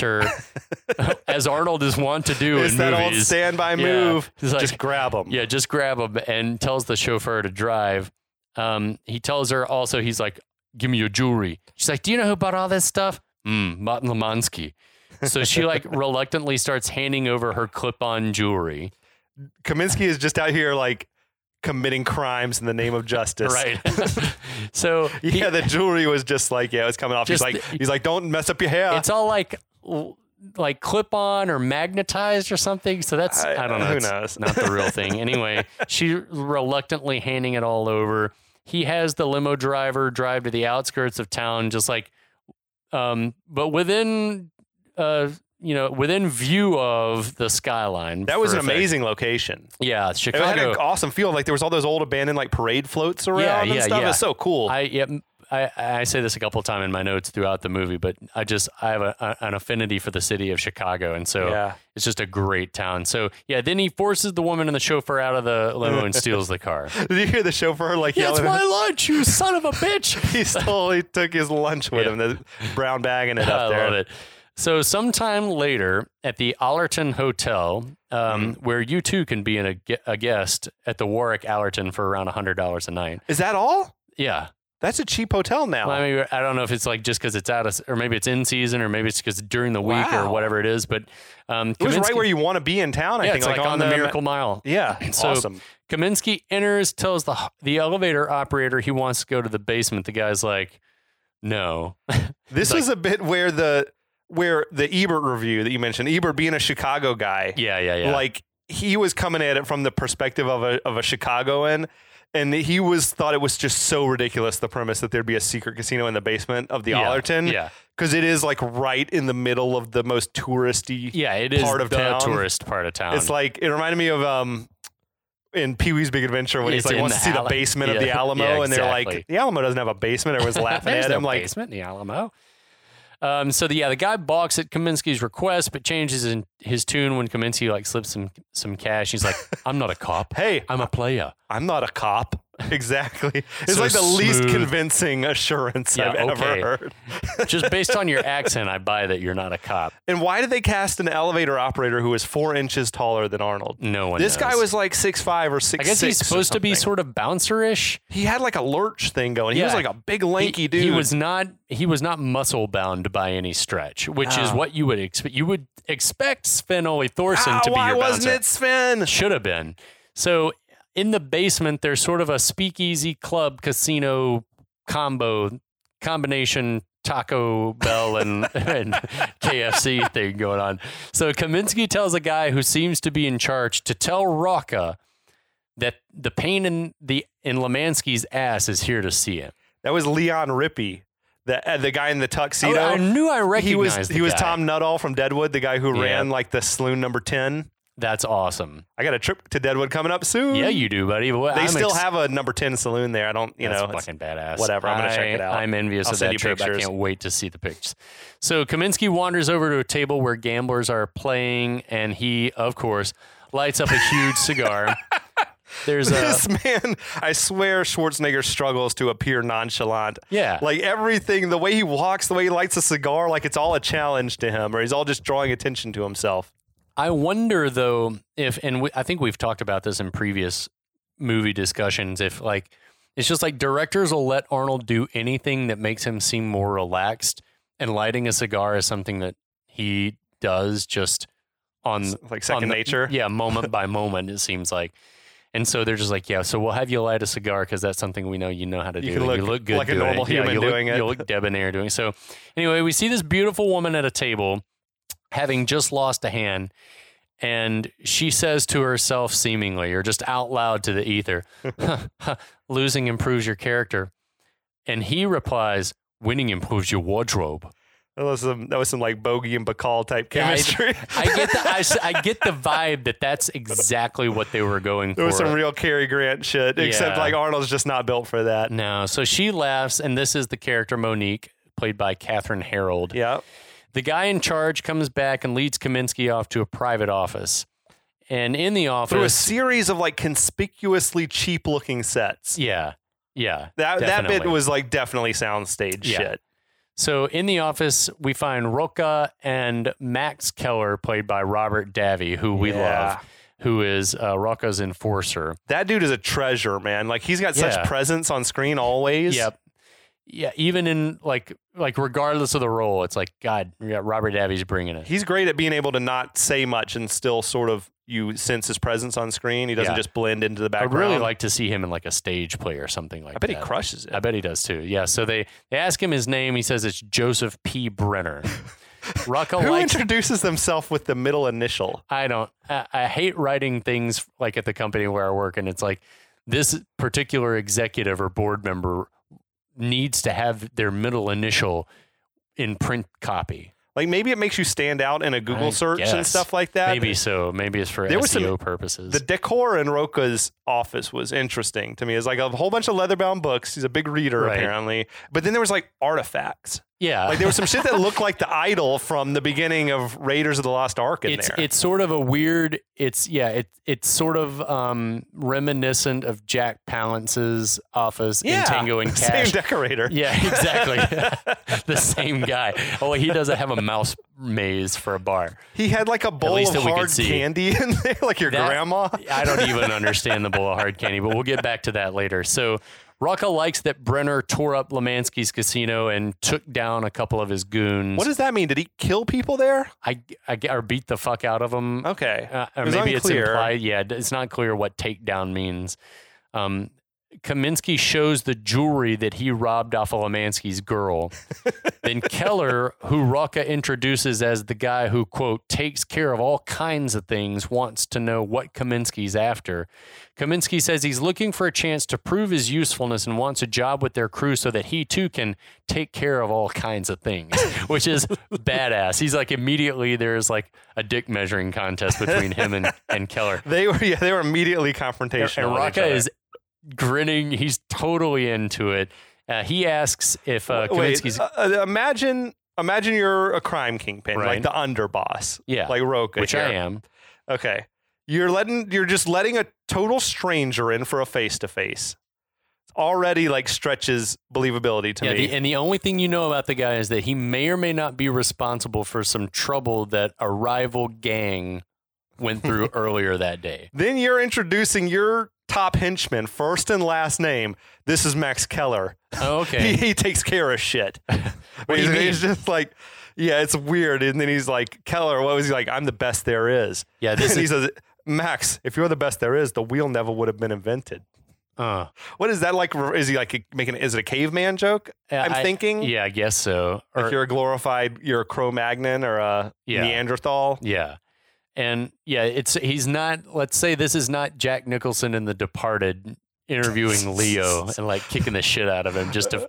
[SPEAKER 2] her, as Arnold is wont to do
[SPEAKER 1] it's
[SPEAKER 2] in
[SPEAKER 1] that old
[SPEAKER 2] movies.
[SPEAKER 1] standby
[SPEAKER 2] Yeah.
[SPEAKER 1] move.
[SPEAKER 2] He's like-
[SPEAKER 1] Just grab them.
[SPEAKER 2] yeah, just grab him and tells the chauffeur to drive. Um, he tells her also, he's like, "Give me your jewelry." She's like, "Do you know who bought all this stuff?" Mm, Martin Lemansky. So she like reluctantly starts handing over her clip-on jewelry.
[SPEAKER 1] Kaminsky is just out here like committing crimes in the name of justice.
[SPEAKER 2] Right. so he-
[SPEAKER 1] Yeah, the jewelry was just like yeah, it was coming off.
[SPEAKER 2] Just
[SPEAKER 1] he's like
[SPEAKER 2] the-
[SPEAKER 1] he's like don't mess up your hair.
[SPEAKER 2] it's all like l- like clip on or magnetized or something. So that's I,
[SPEAKER 1] I-
[SPEAKER 2] don't know.
[SPEAKER 1] who
[SPEAKER 2] it's
[SPEAKER 1] knows?
[SPEAKER 2] Not the real thing. Anyway, she reluctantly handing it all over. He has the limo driver drive to the outskirts of town, just like, um, but within, uh, you know, within view of the skyline.
[SPEAKER 1] that was
[SPEAKER 2] for
[SPEAKER 1] an
[SPEAKER 2] effect.
[SPEAKER 1] amazing location.
[SPEAKER 2] Yeah,
[SPEAKER 1] It had an
[SPEAKER 2] Chicago.
[SPEAKER 1] awesome feel. Like there was all those old abandoned like parade floats around
[SPEAKER 2] Yeah,
[SPEAKER 1] and
[SPEAKER 2] yeah,
[SPEAKER 1] stuff.
[SPEAKER 2] yeah.
[SPEAKER 1] It's so cool.
[SPEAKER 2] I yeah. m- I, I say this a couple of times in my notes throughout the movie, but I just I have a, a- an affinity for the city of Chicago, and so
[SPEAKER 1] yeah.
[SPEAKER 2] It's just a great town. So yeah, then he forces the woman and the chauffeur out of the limo and steals the car.
[SPEAKER 1] Did you hear the chauffeur like
[SPEAKER 2] Yeah, it's
[SPEAKER 1] yelling?
[SPEAKER 2] my lunch, you son of a bitch.
[SPEAKER 1] he totally took his lunch with
[SPEAKER 2] Yeah.
[SPEAKER 1] him, the brown bag and it
[SPEAKER 2] I
[SPEAKER 1] up there.
[SPEAKER 2] love it. So sometime later at the Allerton Hotel, um,
[SPEAKER 1] Mm-hmm.
[SPEAKER 2] where you too can be in a, gue- a guest at the Warwick Allerton for around hundred dollars a night.
[SPEAKER 1] Is that all?
[SPEAKER 2] Yeah,
[SPEAKER 1] That's a cheap hotel now.
[SPEAKER 2] Well, I mean, I don't know if it's like just because it's out of, s- or maybe it's in season, or maybe it's because during the week or
[SPEAKER 1] Wow.
[SPEAKER 2] whatever it is. But um,
[SPEAKER 1] it was right
[SPEAKER 2] Kaminsky-
[SPEAKER 1] where you want to be in town. I
[SPEAKER 2] yeah,
[SPEAKER 1] think
[SPEAKER 2] it's like, on, the, Miracle Mile.
[SPEAKER 1] Yeah,
[SPEAKER 2] So-
[SPEAKER 1] awesome.
[SPEAKER 2] Kaminsky enters, tells the the elevator operator he wants to go to the basement. The guy's like, "No."
[SPEAKER 1] This was a bit where the where the Ebert review that you mentioned, Ebert being a Chicago guy,
[SPEAKER 2] Yeah, yeah, yeah.
[SPEAKER 1] like he was coming at it from the perspective of a of a Chicagoan, and he was thought it was just so ridiculous the premise that there'd be a secret casino in the basement of the
[SPEAKER 2] yeah,
[SPEAKER 1] Allerton,
[SPEAKER 2] Yeah,
[SPEAKER 1] because it is like right in the middle of the most touristy.
[SPEAKER 2] yeah. It is
[SPEAKER 1] Part of
[SPEAKER 2] the
[SPEAKER 1] town.
[SPEAKER 2] tourist part of town.
[SPEAKER 1] It's like it reminded me of um. In Pee Wee's Big Adventure, when
[SPEAKER 2] Yeah,
[SPEAKER 1] he's
[SPEAKER 2] it's
[SPEAKER 1] like
[SPEAKER 2] in
[SPEAKER 1] wants
[SPEAKER 2] the
[SPEAKER 1] to see the
[SPEAKER 2] Al-
[SPEAKER 1] basement of
[SPEAKER 2] yeah,
[SPEAKER 1] the Alamo,
[SPEAKER 2] yeah,
[SPEAKER 1] and they're
[SPEAKER 2] exactly.
[SPEAKER 1] like, "The Alamo doesn't have a basement." Everyone's laughing
[SPEAKER 2] There's
[SPEAKER 1] at
[SPEAKER 2] no
[SPEAKER 1] him, like,
[SPEAKER 2] basement in the Alamo. Um, so the, yeah, the guy balks at Kaminsky's request, but changes in his tune when Kaminsky like slips some some cash. He's like, "I'm not a cop.
[SPEAKER 1] "Hey,
[SPEAKER 2] I'm a player."
[SPEAKER 1] I'm not a cop. Exactly. It's
[SPEAKER 2] So
[SPEAKER 1] like the least
[SPEAKER 2] smooth.
[SPEAKER 1] convincing assurance
[SPEAKER 2] Yeah,
[SPEAKER 1] I've ever
[SPEAKER 2] okay.
[SPEAKER 1] heard.
[SPEAKER 2] Just based on your accent, I buy that you're not a cop.
[SPEAKER 1] And why did they cast an elevator operator who is four inches taller than Arnold?
[SPEAKER 2] No one.
[SPEAKER 1] This guy
[SPEAKER 2] knows.
[SPEAKER 1] was like six five or six.
[SPEAKER 2] I guess he's supposed to be sort of bouncerish.
[SPEAKER 1] He had like a lurch thing going. He was
[SPEAKER 2] Yeah.
[SPEAKER 1] like a big lanky
[SPEAKER 2] he,
[SPEAKER 1] dude.
[SPEAKER 2] He was not. He was not muscle bound by any stretch, which is
[SPEAKER 1] Oh.
[SPEAKER 2] what you would expect. You would expect Sven Ole Thorson
[SPEAKER 1] Ah,
[SPEAKER 2] to be
[SPEAKER 1] why
[SPEAKER 2] your
[SPEAKER 1] wasn't
[SPEAKER 2] bouncer.
[SPEAKER 1] it Sven?
[SPEAKER 2] Should have been. So in the basement, there's sort of a speakeasy club casino combo combination Taco Bell and, and KFC thing going on. So Kaminsky tells a guy who seems to be in charge to tell Rocca that the pain in the in Lemansky's ass is here to see him.
[SPEAKER 1] That was Leon Rippey, the uh, the guy in the tuxedo.
[SPEAKER 2] Oh, I knew I recognized
[SPEAKER 1] he was
[SPEAKER 2] the
[SPEAKER 1] he was
[SPEAKER 2] guy.
[SPEAKER 1] Tom Nuttall from Deadwood, the guy who
[SPEAKER 2] Yeah.
[SPEAKER 1] ran like the saloon number ten.
[SPEAKER 2] That's awesome.
[SPEAKER 1] I got a trip to Deadwood coming up soon.
[SPEAKER 2] Yeah, you do, buddy. Well,
[SPEAKER 1] They
[SPEAKER 2] I'm
[SPEAKER 1] still
[SPEAKER 2] ex-
[SPEAKER 1] have a number ten saloon there. I don't, you
[SPEAKER 2] That's
[SPEAKER 1] know, it's-
[SPEAKER 2] fucking badass.
[SPEAKER 1] whatever. I'm gonna check it
[SPEAKER 2] I-
[SPEAKER 1] out.
[SPEAKER 2] I'm envious
[SPEAKER 1] I'll
[SPEAKER 2] of
[SPEAKER 1] send
[SPEAKER 2] that
[SPEAKER 1] you
[SPEAKER 2] trip. I
[SPEAKER 1] pictures.
[SPEAKER 2] can't wait to see the pics. So Kaminsky wanders over to a table where gamblers are playing, and he, of course, lights up a huge cigar. There's a
[SPEAKER 1] this man. I swear, Schwarzenegger struggles to appear nonchalant.
[SPEAKER 2] yeah.
[SPEAKER 1] Like everything, the way he walks, the way he lights a cigar, like it's all a challenge to him, or he's all just drawing attention to himself.
[SPEAKER 2] I wonder though if, and we, I think we've talked about this in previous movie discussions. If like, it's just like directors will let Arnold do anything that makes him seem more relaxed, and lighting a cigar is something that he does just on
[SPEAKER 1] It's Mm, like second
[SPEAKER 2] on the-
[SPEAKER 1] nature.
[SPEAKER 2] Yeah, moment by moment, it seems like. And so they're just like, yeah, so we'll have you light a cigar because that's something we know you know how to
[SPEAKER 1] You
[SPEAKER 2] do.
[SPEAKER 1] can
[SPEAKER 2] and
[SPEAKER 1] look
[SPEAKER 2] good
[SPEAKER 1] like a
[SPEAKER 2] doing
[SPEAKER 1] normal
[SPEAKER 2] it. Yeah,
[SPEAKER 1] human
[SPEAKER 2] you look-
[SPEAKER 1] doing it.
[SPEAKER 2] You look debonair doing it. So anyway, we see this beautiful woman at a table having just lost a hand. And she says to herself, seemingly, or just out loud to the ether, losing improves your character. And he replies, winning improves your wardrobe.
[SPEAKER 1] That was some that was some like Bogey and Bacall type
[SPEAKER 2] Yeah, I-
[SPEAKER 1] chemistry.
[SPEAKER 2] I get the I, s- I get the vibe that that's exactly what they were going
[SPEAKER 1] There
[SPEAKER 2] for.
[SPEAKER 1] was some real Cary Grant shit, except
[SPEAKER 2] Yeah. Mm.
[SPEAKER 1] like Arnold's just not built for that.
[SPEAKER 2] no, so she laughs, and this is the character Monique, played by Catherine Harold.
[SPEAKER 1] Yeah.
[SPEAKER 2] The guy in charge comes back and leads Kaminsky off to a private office, and in the
[SPEAKER 1] Through a
[SPEAKER 2] office,
[SPEAKER 1] series of like conspicuously cheap looking sets.
[SPEAKER 2] yeah, yeah,
[SPEAKER 1] That that bit
[SPEAKER 2] definitely.
[SPEAKER 1] was like definitely soundstage
[SPEAKER 2] Yeah.
[SPEAKER 1] shit.
[SPEAKER 2] So in the office, we find Roca and Max Keller, played by Robert Davi, who we
[SPEAKER 1] Yeah.
[SPEAKER 2] love, who is uh, Rocca's enforcer.
[SPEAKER 1] That dude is a treasure, man. Like he's got such
[SPEAKER 2] Yeah.
[SPEAKER 1] presence on screen always.
[SPEAKER 2] Yep. Yeah, even in like like regardless of the role, it's like God, yeah, Robert Davi's bringing it.
[SPEAKER 1] He's great at being able to not say much and still sort of you sense his presence on screen. He doesn't
[SPEAKER 2] Yeah.
[SPEAKER 1] just blend into the
[SPEAKER 2] I'd
[SPEAKER 1] background.
[SPEAKER 2] really like to see him in like a stage play or something like
[SPEAKER 1] I
[SPEAKER 2] that.
[SPEAKER 1] bet he crushes it.
[SPEAKER 2] I bet he does too. Yeah. So they they ask him his name. He says it's Joseph P. Brenner. Rucka
[SPEAKER 1] Who
[SPEAKER 2] likes.
[SPEAKER 1] introduces themselves with the middle initial?
[SPEAKER 2] I don't. I, I hate writing things like at the company where I work, and it's like this particular executive or board member needs to have their middle initial in print copy.
[SPEAKER 1] Like maybe it makes you stand out in a Google
[SPEAKER 2] I
[SPEAKER 1] search and
[SPEAKER 2] guess.
[SPEAKER 1] stuff like that.
[SPEAKER 2] Maybe so. Maybe it's for
[SPEAKER 1] There
[SPEAKER 2] SEO
[SPEAKER 1] was some-
[SPEAKER 2] purposes.
[SPEAKER 1] The decor in Roca's office was interesting to me. It's like a whole bunch of leather-bound books. He's a big reader
[SPEAKER 2] Right.
[SPEAKER 1] apparently, but then there was like artifacts.
[SPEAKER 2] yeah,
[SPEAKER 1] Like there was some shit that looked like the idol from the beginning of Raiders of the Lost Ark in
[SPEAKER 2] it's
[SPEAKER 1] there.
[SPEAKER 2] it's sort of a weird. It's yeah. It it's sort of um, reminiscent of Jack Palance's office in Tango and
[SPEAKER 1] same
[SPEAKER 2] Cash.
[SPEAKER 1] decorator.
[SPEAKER 2] yeah, exactly. the same guy. Oh, he doesn't have a mouse maze for a bar.
[SPEAKER 1] He had like a bowl
[SPEAKER 2] least
[SPEAKER 1] of
[SPEAKER 2] that we could
[SPEAKER 1] hard
[SPEAKER 2] see.
[SPEAKER 1] candy in there, like your
[SPEAKER 2] That-
[SPEAKER 1] grandma.
[SPEAKER 2] I don't even understand the bowl of hard candy, but we'll get back to that later. So Rocca likes that Brenner tore up Lemansky's casino and took down a couple of his goons.
[SPEAKER 1] What does that mean? Did he kill people there?
[SPEAKER 2] I, I or beat the fuck out of them.
[SPEAKER 1] Okay.
[SPEAKER 2] Uh, or
[SPEAKER 1] It was
[SPEAKER 2] maybe
[SPEAKER 1] unclear.
[SPEAKER 2] it's implied. Yeah, it's not clear what takedown means. Um, Kaminsky shows the jewelry that he robbed off of Lemansky's girl. then Keller, who Rocca introduces as the guy who, quote, takes care of all kinds of things, wants to know what Kaminsky's after. Kaminsky says he's looking for a chance to prove his usefulness and wants a job with their crew so that he too can take care of all kinds of things, which is badass. He's like, immediately there's like a dick measuring contest between him and, and Keller.
[SPEAKER 1] They were yeah, they were immediately confrontational.
[SPEAKER 2] And
[SPEAKER 1] with each
[SPEAKER 2] Rocca
[SPEAKER 1] other.
[SPEAKER 2] is grinning. He's totally into it. Uh, he asks if uh, Kaminsky's.
[SPEAKER 1] Wait, uh, uh, imagine imagine you're a crime kingpin, like
[SPEAKER 2] Right.
[SPEAKER 1] the underboss,
[SPEAKER 2] yeah,
[SPEAKER 1] like Roka.
[SPEAKER 2] which
[SPEAKER 1] here.
[SPEAKER 2] I am.
[SPEAKER 1] Okay. You're letting you're just letting a total stranger in for a face to face. already like stretches believability to
[SPEAKER 2] yeah,
[SPEAKER 1] me.
[SPEAKER 2] the, and the only thing you know about the guy is that he may or may not be responsible for some trouble that a rival gang went through earlier that day.
[SPEAKER 1] then you're introducing your top henchman, first and last name. This is Max Keller.
[SPEAKER 2] Okay.
[SPEAKER 1] He, he takes care of shit.
[SPEAKER 2] do you
[SPEAKER 1] he's,
[SPEAKER 2] mean?
[SPEAKER 1] he's just like, yeah, it's weird. And then he's like, Keller, what was he like? I'm the best there is.
[SPEAKER 2] Yeah, this
[SPEAKER 1] and he
[SPEAKER 2] is-
[SPEAKER 1] says, Max, if you're the best there is, the wheel never would have been invented.
[SPEAKER 2] Uh,
[SPEAKER 1] What is that like? Is he like making? Is it a caveman joke? I'm
[SPEAKER 2] I-
[SPEAKER 1] thinking.
[SPEAKER 2] Yeah, I guess so. Or-
[SPEAKER 1] Like you're a glorified, you're a Cro-Magnon or a
[SPEAKER 2] Yeah.
[SPEAKER 1] Neanderthal.
[SPEAKER 2] Yeah. And yeah, it's he's not let's say this is not Jack Nicholson in The Departed interviewing Leo and like kicking the shit out of him just to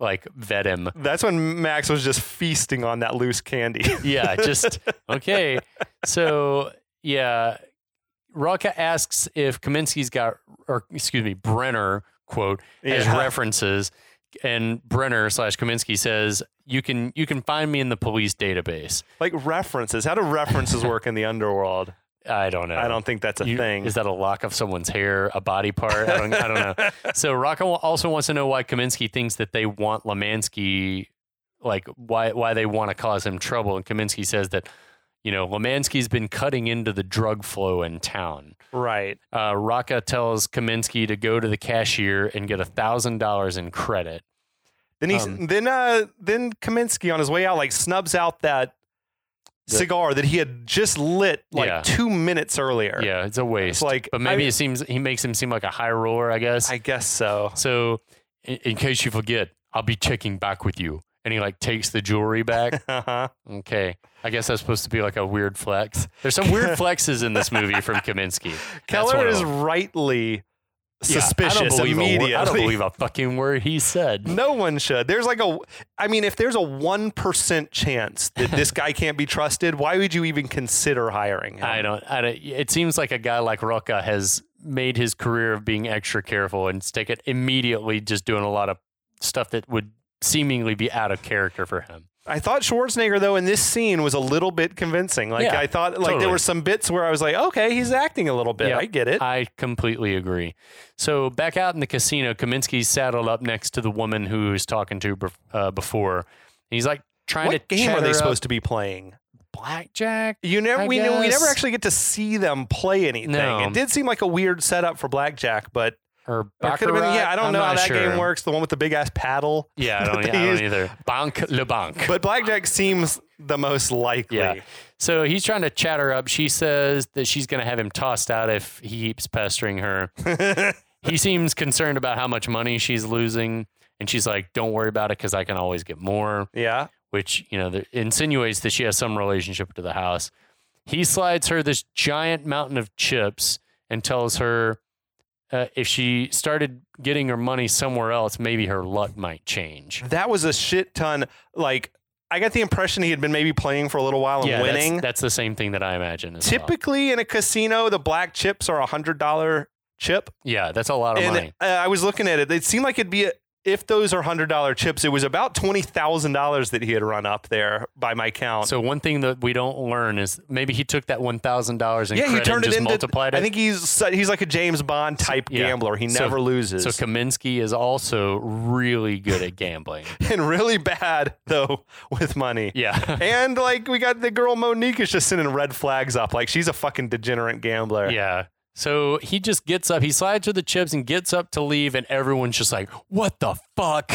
[SPEAKER 2] like vet him.
[SPEAKER 1] That's when Max was just feasting on that loose candy.
[SPEAKER 2] Yeah, just okay. So, yeah, Rocca asks if Kaminsky's got or excuse me, Brenner quote as
[SPEAKER 1] Yeah.
[SPEAKER 2] references and Brenner slash Kaminsky says, You can you can find me in the police database.
[SPEAKER 1] like references. How do references work in the underworld?
[SPEAKER 2] I don't know.
[SPEAKER 1] I don't think that's a
[SPEAKER 2] You-
[SPEAKER 1] thing.
[SPEAKER 2] Is that a lock of someone's hair, a body part? I don't, I don't know. So Rocco also wants to know why Kaminsky thinks that they want Lemansky, like why why they want to cause him trouble. And Kaminsky says that, you know, Lemansky's been cutting into the drug flow in town.
[SPEAKER 1] right.
[SPEAKER 2] Uh, Rocco tells Kaminsky to go to the cashier and get a thousand dollars in credit.
[SPEAKER 1] Then he's
[SPEAKER 2] Um,
[SPEAKER 1] then uh then Kaminsky on his way out like snubs out that
[SPEAKER 2] The-
[SPEAKER 1] cigar that he had just lit like
[SPEAKER 2] Yeah.
[SPEAKER 1] two minutes earlier.
[SPEAKER 2] Yeah, it's a waste.
[SPEAKER 1] like-
[SPEAKER 2] but
[SPEAKER 1] I
[SPEAKER 2] maybe
[SPEAKER 1] mean-
[SPEAKER 2] it seems he makes him seem like a high roller. I guess.
[SPEAKER 1] I guess so.
[SPEAKER 2] So, in, in case you forget, I'll be checking back with you. And he like takes the jewelry back.
[SPEAKER 1] Uh-huh.
[SPEAKER 2] okay, I guess that's supposed to be like a weird flex. There's some weird flexes in this movie from Kaminsky. That's one
[SPEAKER 1] Keller
[SPEAKER 2] of
[SPEAKER 1] is
[SPEAKER 2] them.
[SPEAKER 1] rightly
[SPEAKER 2] Yeah,
[SPEAKER 1] suspicious
[SPEAKER 2] I don't believe
[SPEAKER 1] immediately.
[SPEAKER 2] A, wor- I don't believe a fucking word he said.
[SPEAKER 1] No one should. There's like a, I mean, if there's a 1% chance that this guy can't be trusted, why would you even consider hiring him?
[SPEAKER 2] I don't. I don't. It seems like a guy like Rocca has made his career of being extra careful and stick it immediately, just doing a lot of stuff that would seemingly be out of character for him.
[SPEAKER 1] I thought Schwarzenegger, though, in this scene was a little bit convincing. Like,
[SPEAKER 2] Yeah,
[SPEAKER 1] I thought, like,
[SPEAKER 2] totally.
[SPEAKER 1] there were some bits where I was like, okay, he's acting a little bit.
[SPEAKER 2] Yeah,
[SPEAKER 1] I get it.
[SPEAKER 2] I completely agree. So back out in the casino, Kaminsky's saddled up next to the woman who he was talking to bef- uh, before. He's like trying
[SPEAKER 1] what
[SPEAKER 2] to
[SPEAKER 1] game are
[SPEAKER 2] chat her
[SPEAKER 1] they
[SPEAKER 2] up.
[SPEAKER 1] supposed to be playing?
[SPEAKER 2] blackjack?
[SPEAKER 1] You never,
[SPEAKER 2] I
[SPEAKER 1] we, ne- we never
[SPEAKER 2] guess.
[SPEAKER 1] actually get to see them play anything.
[SPEAKER 2] No.
[SPEAKER 1] It did seem like a weird setup for blackjack, but
[SPEAKER 2] Or
[SPEAKER 1] it could
[SPEAKER 2] baccarat?
[SPEAKER 1] have been. Yeah, I don't
[SPEAKER 2] I'm
[SPEAKER 1] know how
[SPEAKER 2] not
[SPEAKER 1] that
[SPEAKER 2] sure.
[SPEAKER 1] game works. The one with the big ass paddle.
[SPEAKER 2] Yeah, I don't,
[SPEAKER 1] that they
[SPEAKER 2] I don't
[SPEAKER 1] used.
[SPEAKER 2] either. Banque le banque.
[SPEAKER 1] But blackjack seems the most likely.
[SPEAKER 2] Yeah. So he's trying to chat her up. She says that she's going to have him tossed out if he keeps pestering her. he seems concerned about how much money she's losing. And she's like, don't worry about it because I can always get more.
[SPEAKER 1] Yeah.
[SPEAKER 2] which you know the, insinuates that she has some relationship to the house. He slides her this giant mountain of chips and tells her uh, if she started getting her money somewhere else, maybe her luck might change.
[SPEAKER 1] That was a shit ton. Like, I got the impression he had been maybe playing for a little while and
[SPEAKER 2] Yeah, that's-
[SPEAKER 1] winning.
[SPEAKER 2] That's, the same thing that I imagine. As well.
[SPEAKER 1] Uh-huh. Typically in a casino, the black chips are a hundred dollar chip,
[SPEAKER 2] yeah, that's a lot of
[SPEAKER 1] and
[SPEAKER 2] money.
[SPEAKER 1] uh, I was looking at it. It seemed like it'd be a, if those are hundred dollar chips, it was about twenty thousand dollars that he had run up there by my count.
[SPEAKER 2] So one thing that we don't learn is maybe he took that one thousand dollars and
[SPEAKER 1] yeah, he
[SPEAKER 2] credit and
[SPEAKER 1] turned it
[SPEAKER 2] just
[SPEAKER 1] into.
[SPEAKER 2] multiplied it.
[SPEAKER 1] I think he's su- he's like a James Bond type
[SPEAKER 2] yeah.
[SPEAKER 1] gambler. He
[SPEAKER 2] So-
[SPEAKER 1] never loses.
[SPEAKER 2] so Kaminsky is also really good at gambling.
[SPEAKER 1] and really bad though with money.
[SPEAKER 2] yeah.
[SPEAKER 1] and like we got the girl Monique is just sending red flags up. Like she's a fucking degenerate gambler.
[SPEAKER 2] Yeah. So he just gets up, he slides with the chips and gets up to leave, and everyone's just like, what the fuck?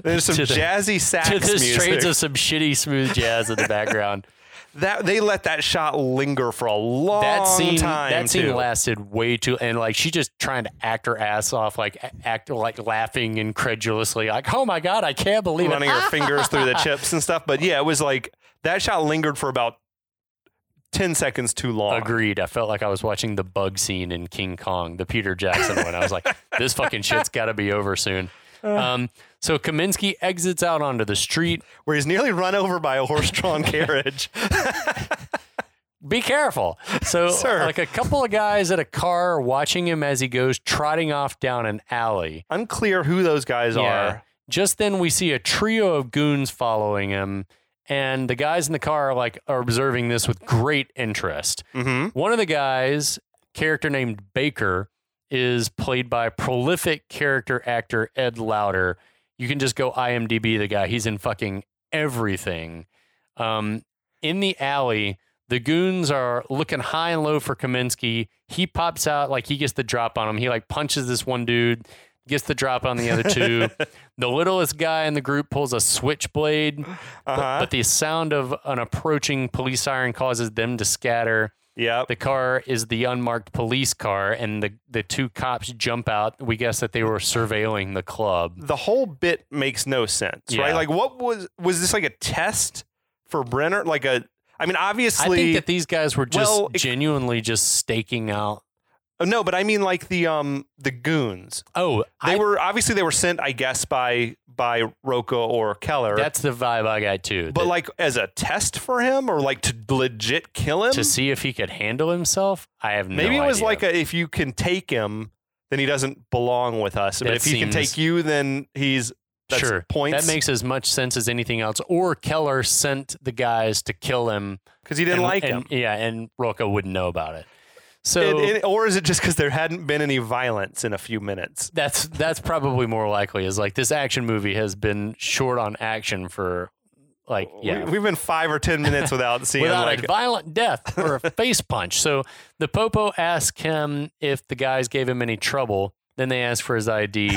[SPEAKER 1] There's some
[SPEAKER 2] To the-
[SPEAKER 1] jazzy sax
[SPEAKER 2] to this
[SPEAKER 1] music.
[SPEAKER 2] trades of some shitty smooth jazz in the background.
[SPEAKER 1] that they let that shot linger for a long
[SPEAKER 2] that scene
[SPEAKER 1] time.
[SPEAKER 2] that scene
[SPEAKER 1] too.
[SPEAKER 2] lasted way too and like she just trying to act her ass off, like a- act like laughing incredulously, like, oh my god, I can't believe
[SPEAKER 1] running
[SPEAKER 2] it.
[SPEAKER 1] her fingers through the chips and stuff. But yeah, it was like that shot lingered for about ten seconds too long.
[SPEAKER 2] Agreed. I felt like I was watching the bug scene in King Kong, the Peter Jackson one. I was like, this fucking shit's got to be over soon. Um, so Kaminsky exits out onto the street.
[SPEAKER 1] Where he's nearly run over by a horse-drawn carriage.
[SPEAKER 2] be careful. So,
[SPEAKER 1] Sir.
[SPEAKER 2] like a couple of guys at a car are watching him as he goes trotting off down an alley.
[SPEAKER 1] Unclear who those guys are.
[SPEAKER 2] Just then, we see a trio of goons following him, and the guys in the car are like are observing this with great interest.
[SPEAKER 1] Mm-hmm.
[SPEAKER 2] One of the guys, character named Baker, is played by prolific character actor Ed Lauder. You can just go IMDb the guy. He's in fucking everything. Um, in the alley, the goons are looking high and low for Kaminsky. He pops out like he gets the drop on him. He like punches this one dude, gets the drop on the other two. the littlest guy in the group pulls a switchblade, but,
[SPEAKER 1] Uh-huh.
[SPEAKER 2] but the sound of an approaching police siren causes them to scatter.
[SPEAKER 1] Yep.
[SPEAKER 2] The car is the unmarked police car, and the, the two cops jump out. We guess that they were surveilling the club.
[SPEAKER 1] the whole bit makes no sense, right?
[SPEAKER 2] Yeah.
[SPEAKER 1] Like, what was was this like a test for Brenner? Like a, I mean,
[SPEAKER 2] I
[SPEAKER 1] obviously,
[SPEAKER 2] think that these guys were just
[SPEAKER 1] Well, it-
[SPEAKER 2] genuinely just staking out.
[SPEAKER 1] Oh, no, but I mean, like the um the goons.
[SPEAKER 2] Oh,
[SPEAKER 1] They
[SPEAKER 2] I,
[SPEAKER 1] were obviously they were sent, I guess, by by Roca or Keller.
[SPEAKER 2] that's the vibe I got too.
[SPEAKER 1] but
[SPEAKER 2] that-
[SPEAKER 1] like as a test for him, or like to legit kill him.
[SPEAKER 2] to see if he could handle himself, I have no
[SPEAKER 1] Maybe it was
[SPEAKER 2] idea.
[SPEAKER 1] like a, if you can take him, then he doesn't belong with us. but
[SPEAKER 2] That
[SPEAKER 1] if he can
[SPEAKER 2] seems-
[SPEAKER 1] take you, then he's that's
[SPEAKER 2] sure
[SPEAKER 1] points.
[SPEAKER 2] That makes as much sense as anything else. Or Keller sent the guys to kill him.
[SPEAKER 1] because he didn't
[SPEAKER 2] and,
[SPEAKER 1] like him.
[SPEAKER 2] and- Yeah, and Roca wouldn't know about it. So
[SPEAKER 1] And- and- or is it just because there hadn't been any violence in a few minutes?
[SPEAKER 2] that's that's probably more likely. Is like this action movie has been short on action for like yeah.
[SPEAKER 1] we, have been five or ten minutes without seeing
[SPEAKER 2] Without
[SPEAKER 1] like uh,
[SPEAKER 2] a violent death or a face punch. So the Popo asked him if the guys gave him any trouble. Then they asked for his ID.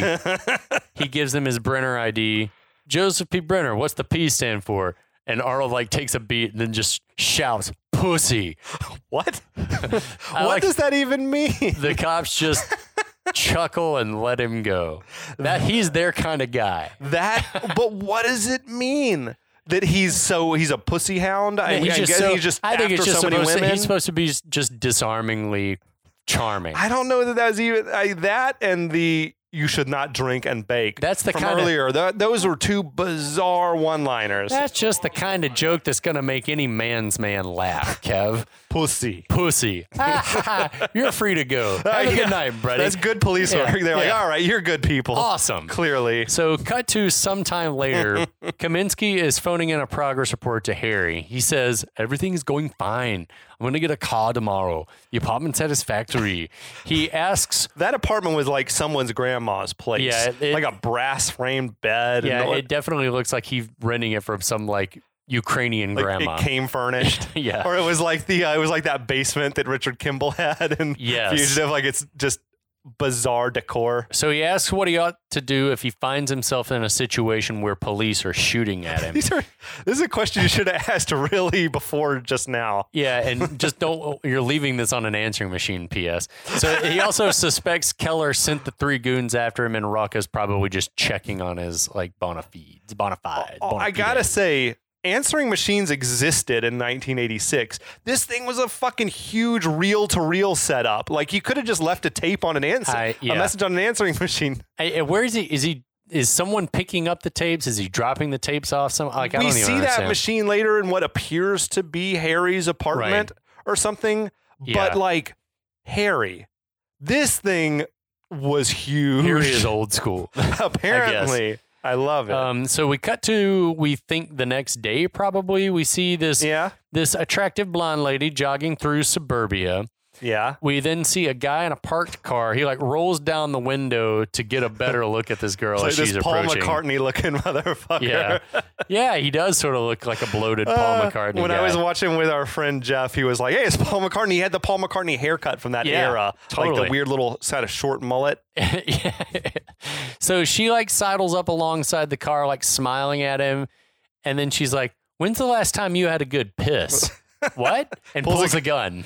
[SPEAKER 2] he gives them his Brenner ID. Joseph P. Brenner, what's the P stand for? And Arnold like takes a beat and then just shouts, "Pussy!"
[SPEAKER 1] what? what
[SPEAKER 2] like-
[SPEAKER 1] does that even mean?
[SPEAKER 2] The cops just chuckle and let him go. That he's their kind of guy.
[SPEAKER 1] That, but what does it mean that he's so he's a pussy hound? I, I guess
[SPEAKER 2] so-
[SPEAKER 1] he's just
[SPEAKER 2] I think
[SPEAKER 1] after
[SPEAKER 2] it's just
[SPEAKER 1] so many
[SPEAKER 2] supposed to-
[SPEAKER 1] women.
[SPEAKER 2] he's supposed to be just disarmingly charming.
[SPEAKER 1] I don't know that that was even I, that and the you should not drink and bake.
[SPEAKER 2] That's the
[SPEAKER 1] from
[SPEAKER 2] kinda-
[SPEAKER 1] earlier. Tho- those were two bizarre one-liners.
[SPEAKER 2] That's just the kind of joke that's gonna make any man's man laugh, Kev.
[SPEAKER 1] pussy.
[SPEAKER 2] Pussy. You're free to go. Have a
[SPEAKER 1] Uh, Yeah.
[SPEAKER 2] good night, buddy.
[SPEAKER 1] That's good police
[SPEAKER 2] Yeah,
[SPEAKER 1] work. They're like,
[SPEAKER 2] yeah.
[SPEAKER 1] all right, you're good people.
[SPEAKER 2] Awesome.
[SPEAKER 1] Clearly,
[SPEAKER 2] So, cut to sometime later, Kaminsky is phoning in a progress report to Harry. He says, Everything is going fine. I'm going to get a car tomorrow. The apartment's satisfactory. He asks,
[SPEAKER 1] that apartment was like someone's grandma's place.
[SPEAKER 2] Yeah, it-
[SPEAKER 1] like a brass framed bed. and
[SPEAKER 2] Yeah,
[SPEAKER 1] all-
[SPEAKER 2] it definitely looks like he's renting it from some like Ukrainian
[SPEAKER 1] like,
[SPEAKER 2] grandma.
[SPEAKER 1] It came furnished.
[SPEAKER 2] Yeah.
[SPEAKER 1] Or it was like the uh, it was like that basement that Richard Kimball had in
[SPEAKER 2] Yes.
[SPEAKER 1] Fugitive. Like it's just bizarre decor.
[SPEAKER 2] so, he asks what he ought to do if he finds himself in a situation where police are shooting at him.
[SPEAKER 1] These are this is a question you should have asked really before just now.
[SPEAKER 2] Yeah, and just don't. You're leaving this on an answering machine. P.S. So he also suspects Keller sent the three goons after him, and Rocco's probably just checking on his like bona fides, bona fide.
[SPEAKER 1] Oh,
[SPEAKER 2] bona
[SPEAKER 1] I gotta
[SPEAKER 2] fides.
[SPEAKER 1] say, answering machines existed in 1986. This thing was a fucking huge reel-to-reel setup. Like you could have just left a tape on an answer,
[SPEAKER 2] I- yeah.
[SPEAKER 1] a message on an answering machine.
[SPEAKER 2] I- I- where is he? Is he? Is someone picking up the tapes? Is he dropping the tapes off? Some like I
[SPEAKER 1] we
[SPEAKER 2] don't
[SPEAKER 1] see
[SPEAKER 2] even
[SPEAKER 1] that
[SPEAKER 2] understand.
[SPEAKER 1] machine later in what appears to be Harry's apartment or something,
[SPEAKER 2] Yeah.
[SPEAKER 1] but like Harry, this thing was huge.
[SPEAKER 2] Here he is, old school.
[SPEAKER 1] Apparently, Uh, I, love it.
[SPEAKER 2] Um, so we cut to we think the next day probably we see this
[SPEAKER 1] yeah,
[SPEAKER 2] this attractive blonde lady jogging through suburbia.
[SPEAKER 1] yeah.
[SPEAKER 2] We then see a guy in a parked car. He like rolls down the window to get a better look at this girl
[SPEAKER 1] It's like
[SPEAKER 2] as Oh, she's
[SPEAKER 1] this Paul
[SPEAKER 2] approaching.
[SPEAKER 1] McCartney looking motherfucker.
[SPEAKER 2] Yeah, yeah, he does sort of look like a bloated Paul
[SPEAKER 1] Uh,
[SPEAKER 2] McCartney.
[SPEAKER 1] When I
[SPEAKER 2] guy.
[SPEAKER 1] was watching with our friend Jeff, he was like, "Hey, it's Paul McCartney." He had the Paul McCartney haircut from that
[SPEAKER 2] Yeah,
[SPEAKER 1] era, like
[SPEAKER 2] totally.
[SPEAKER 1] the weird little side of short mullet.
[SPEAKER 2] so she like sidles up alongside the car, like smiling at him, and then she's like, "When's the last time you had a good piss?" what? And
[SPEAKER 1] Pulls
[SPEAKER 2] pulls,
[SPEAKER 1] a-
[SPEAKER 2] a gun.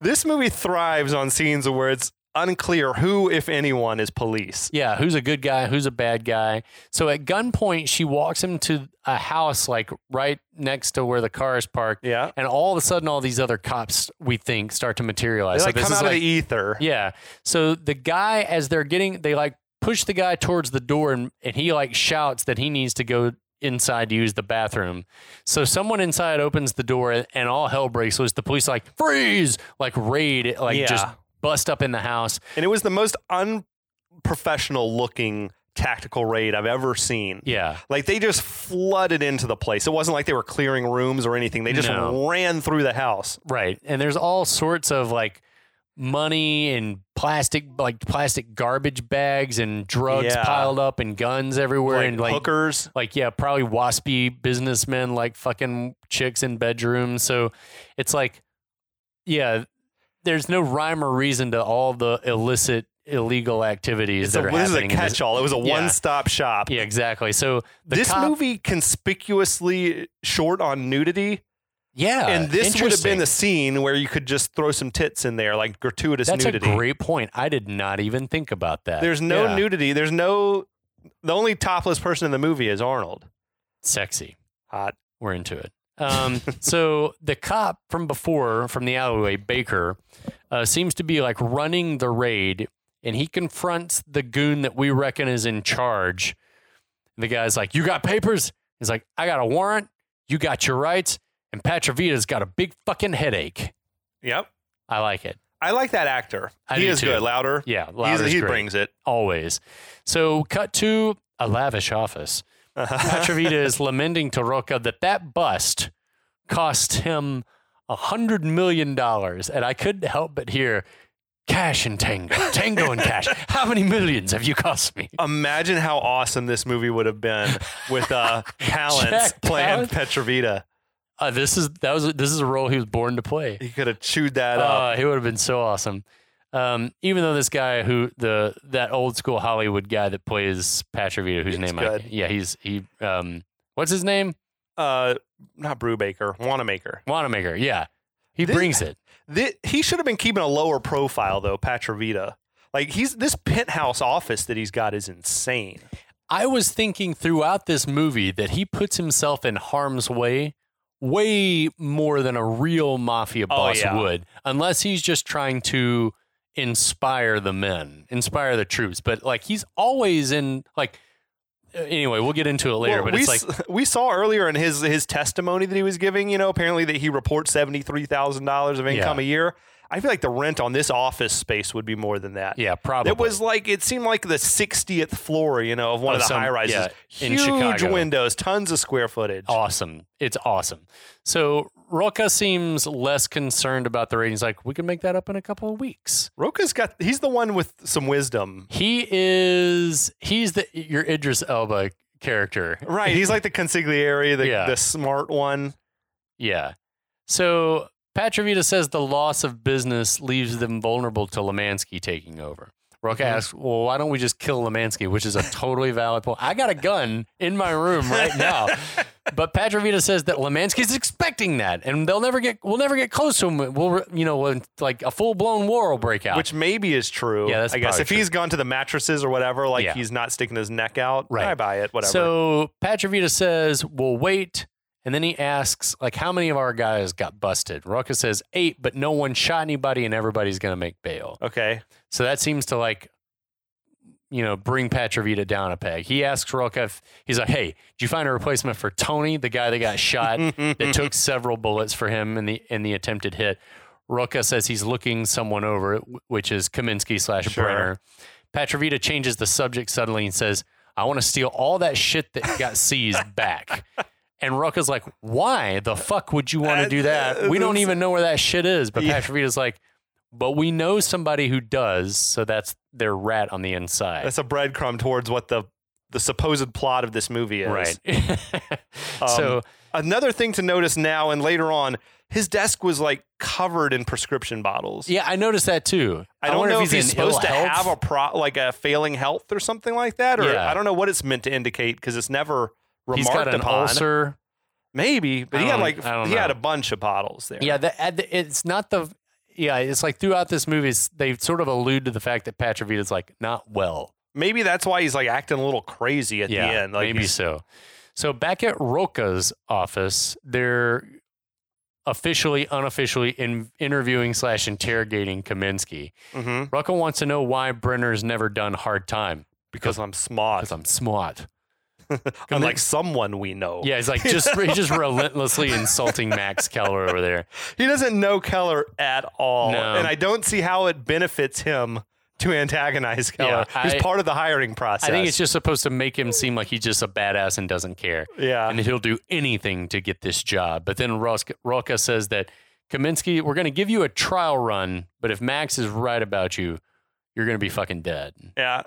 [SPEAKER 1] This movie thrives on scenes where it's unclear who, if anyone, is police.
[SPEAKER 2] Yeah, who's a good guy? Who's a bad guy? So at gunpoint, she walks him to a house like right next to where the car is parked.
[SPEAKER 1] Yeah.
[SPEAKER 2] And all of a sudden, all these other cops we think start to materialize.
[SPEAKER 1] They
[SPEAKER 2] So
[SPEAKER 1] like
[SPEAKER 2] this
[SPEAKER 1] come
[SPEAKER 2] is
[SPEAKER 1] out of
[SPEAKER 2] like-
[SPEAKER 1] the E ether.
[SPEAKER 2] yeah. So the guy, as they're getting, they like push the guy towards the door, and, and he like shouts that he needs to go inside to use the bathroom. So someone inside opens the door, and all hell breaks loose. The police like freeze, like raid, like
[SPEAKER 1] Yeah.
[SPEAKER 2] just bust up in the house.
[SPEAKER 1] And it was the most unprofessional looking tactical raid I've ever seen.
[SPEAKER 2] Yeah.
[SPEAKER 1] Like they just flooded into the place. It wasn't like they were clearing rooms or anything. They just
[SPEAKER 2] No.
[SPEAKER 1] ran through the house.
[SPEAKER 2] Right. And there's all sorts of like money and plastic like plastic garbage bags and drugs
[SPEAKER 1] Yeah.
[SPEAKER 2] piled up and guns everywhere
[SPEAKER 1] like,
[SPEAKER 2] and like
[SPEAKER 1] hookers.
[SPEAKER 2] like yeah probably waspy businessmen like fucking chicks in bedrooms so it's like yeah there's no rhyme or reason to all the illicit illegal activities
[SPEAKER 1] It's
[SPEAKER 2] that
[SPEAKER 1] a-
[SPEAKER 2] are
[SPEAKER 1] this is a
[SPEAKER 2] happening in this-
[SPEAKER 1] catch-all. It was a
[SPEAKER 2] Yeah.
[SPEAKER 1] one-stop shop.
[SPEAKER 2] yeah exactly so the
[SPEAKER 1] this
[SPEAKER 2] cop-
[SPEAKER 1] movie conspicuously short on nudity,
[SPEAKER 2] yeah
[SPEAKER 1] and this would have been
[SPEAKER 2] Ah, interesting.
[SPEAKER 1] the scene where you could just throw some tits in there, like gratuitous
[SPEAKER 2] that's
[SPEAKER 1] nudity.
[SPEAKER 2] a great point i did not even think about that
[SPEAKER 1] There's no
[SPEAKER 2] Yeah.
[SPEAKER 1] nudity. There's no. The only topless person in the movie is Arnold.
[SPEAKER 2] sexy
[SPEAKER 1] Hot.
[SPEAKER 2] we're into it. Um, so the cop from before, from the alleyway, Baker, uh, seems to be like running the raid, and he confronts the goon that we reckon is in charge. The guy's like, "You got papers?" He's like, "I got a warrant. You got your rights." And Patravita's got a big fucking headache.
[SPEAKER 1] Yep.
[SPEAKER 2] I like it.
[SPEAKER 1] I like that actor.
[SPEAKER 2] I
[SPEAKER 1] he
[SPEAKER 2] do
[SPEAKER 1] is
[SPEAKER 2] too.
[SPEAKER 1] good. Louder.
[SPEAKER 2] Yeah,
[SPEAKER 1] He's-
[SPEAKER 2] Louder's
[SPEAKER 1] he
[SPEAKER 2] great.
[SPEAKER 1] brings it.
[SPEAKER 2] always. So cut to a lavish office. Patravita is lamenting to Rocca that that bust cost him a hundred million dollars, and I couldn't help but hear cash and tango, tango and cash. How many millions have you cost me?
[SPEAKER 1] Imagine how awesome this movie would have been with uh, Palance
[SPEAKER 2] Jack
[SPEAKER 1] playing
[SPEAKER 2] Palance.
[SPEAKER 1] Petrovita.
[SPEAKER 2] Uh, this is that was this is a role he was born to play.
[SPEAKER 1] He could have chewed that up.
[SPEAKER 2] Uh, he would have been so awesome. Um, even though this guy who the that old school Hollywood guy that plays Patravita, whose name
[SPEAKER 1] good.
[SPEAKER 2] I yeah he's he um what's his name
[SPEAKER 1] Uh, not Brubaker, Wanamaker.
[SPEAKER 2] Wanamaker yeah he
[SPEAKER 1] This-
[SPEAKER 2] brings it
[SPEAKER 1] Thi- he should have been keeping a lower profile though, Patrovita. Like he's this penthouse office that he's got is insane.
[SPEAKER 2] I was thinking throughout this movie that he puts himself in harm's way way more than a real mafia boss
[SPEAKER 1] Oh, yeah.
[SPEAKER 2] would, unless he's just trying to inspire the men, inspire the troops. But like he's always in like uh, anyway, we'll get into it later,
[SPEAKER 1] Well,
[SPEAKER 2] but
[SPEAKER 1] we
[SPEAKER 2] it's like
[SPEAKER 1] s- we saw earlier in his his testimony that he was giving, you know, apparently that he reports seventy three thousand dollars of income a year. I feel like the rent on this office space would be more than that.
[SPEAKER 2] yeah, probably.
[SPEAKER 1] It was like it seemed like the 60th floor, you know, of one of
[SPEAKER 2] Of
[SPEAKER 1] the
[SPEAKER 2] some-
[SPEAKER 1] high rises.
[SPEAKER 2] yeah, in
[SPEAKER 1] Huge
[SPEAKER 2] Chicago.
[SPEAKER 1] windows, tons of square footage.
[SPEAKER 2] awesome. It's awesome. So Roca seems less concerned about the ratings like we can make that up in a couple of weeks.
[SPEAKER 1] Roka's got he's the one with some wisdom.
[SPEAKER 2] He is he's the your Idris Elba character.
[SPEAKER 1] Right. He's like the consigliere, the,
[SPEAKER 2] Yeah.
[SPEAKER 1] the smart one.
[SPEAKER 2] Yeah. So Patravita says the loss of business leaves them vulnerable to Lemansky taking over. Roca asks, well, why don't we just kill Lemansky, which is a totally valid point. I got a gun in my room right now. but Patravita says that Lemansky's expecting that and they'll never get, we'll never get close to him. We'll, you know, when, like a full blown war will break out.
[SPEAKER 1] Which maybe is true.
[SPEAKER 2] Yeah, that's
[SPEAKER 1] I guess
[SPEAKER 2] probably
[SPEAKER 1] if he's gone to the mattresses or whatever, like
[SPEAKER 2] Yeah.
[SPEAKER 1] he's not sticking his neck out.
[SPEAKER 2] Right.
[SPEAKER 1] I buy it. Whatever.
[SPEAKER 2] So Patravita says, "We'll wait." And then he asks, like, how many of our guys got busted? Rucka says eight, but no one shot anybody and everybody's going to make bail.
[SPEAKER 1] okay.
[SPEAKER 2] So that seems to, like, you know, bring Patravita down a peg. He asks Rucka, if, he's like, hey, did you find a replacement for Tony, the guy that got shot, that took several bullets for him in the, in the attempted hit? Rucka says he's looking someone over, wh- which is Kaminsky slash
[SPEAKER 1] Sure.
[SPEAKER 2] Brenner. Patravita changes the subject suddenly and says, I want to steal all that shit that got seized back. And Rucka's like, Why the fuck would you want to do that? We don't even know where that shit is. But
[SPEAKER 1] Yeah.
[SPEAKER 2] Patravita's like, But we know somebody who does. So that's their rat on the inside.
[SPEAKER 1] That's a breadcrumb towards what the the supposed plot of this movie is. Um,
[SPEAKER 2] right. so,
[SPEAKER 1] Another thing to notice now and later on, his desk was like covered in prescription bottles.
[SPEAKER 2] yeah, I noticed that too.
[SPEAKER 1] I don't
[SPEAKER 2] wonder
[SPEAKER 1] know if he's,
[SPEAKER 2] in ill
[SPEAKER 1] supposed to
[SPEAKER 2] health.
[SPEAKER 1] have a pro, like a failing health or something like that, or
[SPEAKER 2] Yeah.
[SPEAKER 1] I don't know what it's meant to indicate because it's never remarked
[SPEAKER 2] He's got an
[SPEAKER 1] upon.
[SPEAKER 2] ulcer.
[SPEAKER 1] Maybe, but
[SPEAKER 2] I
[SPEAKER 1] he had
[SPEAKER 2] don't-
[SPEAKER 1] like he
[SPEAKER 2] I don't
[SPEAKER 1] had
[SPEAKER 2] know.
[SPEAKER 1] a bunch of bottles there.
[SPEAKER 2] Yeah, the, at the, it's not the. Yeah, it's like throughout this movie, it's- they sort of allude to the fact that Patravita's like not well.
[SPEAKER 1] maybe that's why he's like acting a little crazy at
[SPEAKER 2] yeah,
[SPEAKER 1] the end. Like
[SPEAKER 2] maybe
[SPEAKER 1] he's-
[SPEAKER 2] so. So back at Roca's office, they're officially, unofficially in, interviewing slash interrogating Kaminsky.
[SPEAKER 1] Mhm.
[SPEAKER 2] Roca wants to know why Brenner's never done hard time
[SPEAKER 1] because I'm smart,
[SPEAKER 2] because I'm smart.
[SPEAKER 1] unlike someone we know.
[SPEAKER 2] Yeah, he's like just he's just relentlessly insulting Max Keller over there.
[SPEAKER 1] he doesn't know Keller at all,
[SPEAKER 2] No.
[SPEAKER 1] and I don't see how it benefits him to antagonize Keller.
[SPEAKER 2] Yeah,
[SPEAKER 1] he's
[SPEAKER 2] I-
[SPEAKER 1] part of the hiring process.
[SPEAKER 2] I think it's just supposed to make him seem like he's just a badass and doesn't care.
[SPEAKER 1] yeah.
[SPEAKER 2] and that he'll do anything to get this job. But then Roska, Roca says that Kaminsky, we're going to give you a trial run, but if Max is right about you, you're going to be fucking dead.
[SPEAKER 1] Yeah.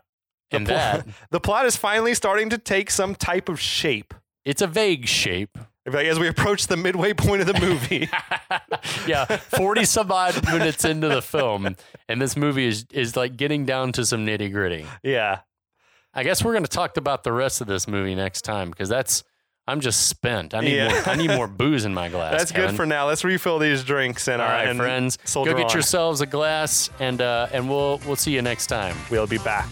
[SPEAKER 1] The
[SPEAKER 2] And
[SPEAKER 1] pl-
[SPEAKER 2] that,
[SPEAKER 1] The plot is finally starting to take some type of shape.
[SPEAKER 2] it's a vague shape.
[SPEAKER 1] Like, As we approach the midway point of the movie,
[SPEAKER 2] yeah, 40 some odd minutes into the film, and this movie is, is like getting down to some nitty gritty.
[SPEAKER 1] yeah,
[SPEAKER 2] I guess we're going to talk about the rest of this movie next time because that's, I'm just spent. I need,
[SPEAKER 1] Yeah.
[SPEAKER 2] more, I need more booze in my glass.
[SPEAKER 1] that's
[SPEAKER 2] Kevin.
[SPEAKER 1] good for now. Let's refill these drinks and
[SPEAKER 2] All
[SPEAKER 1] our
[SPEAKER 2] right,
[SPEAKER 1] and
[SPEAKER 2] friends. Go
[SPEAKER 1] soldier
[SPEAKER 2] get
[SPEAKER 1] on.
[SPEAKER 2] yourselves a glass, and uh, and we'll we'll see you next time.
[SPEAKER 1] We'll be back.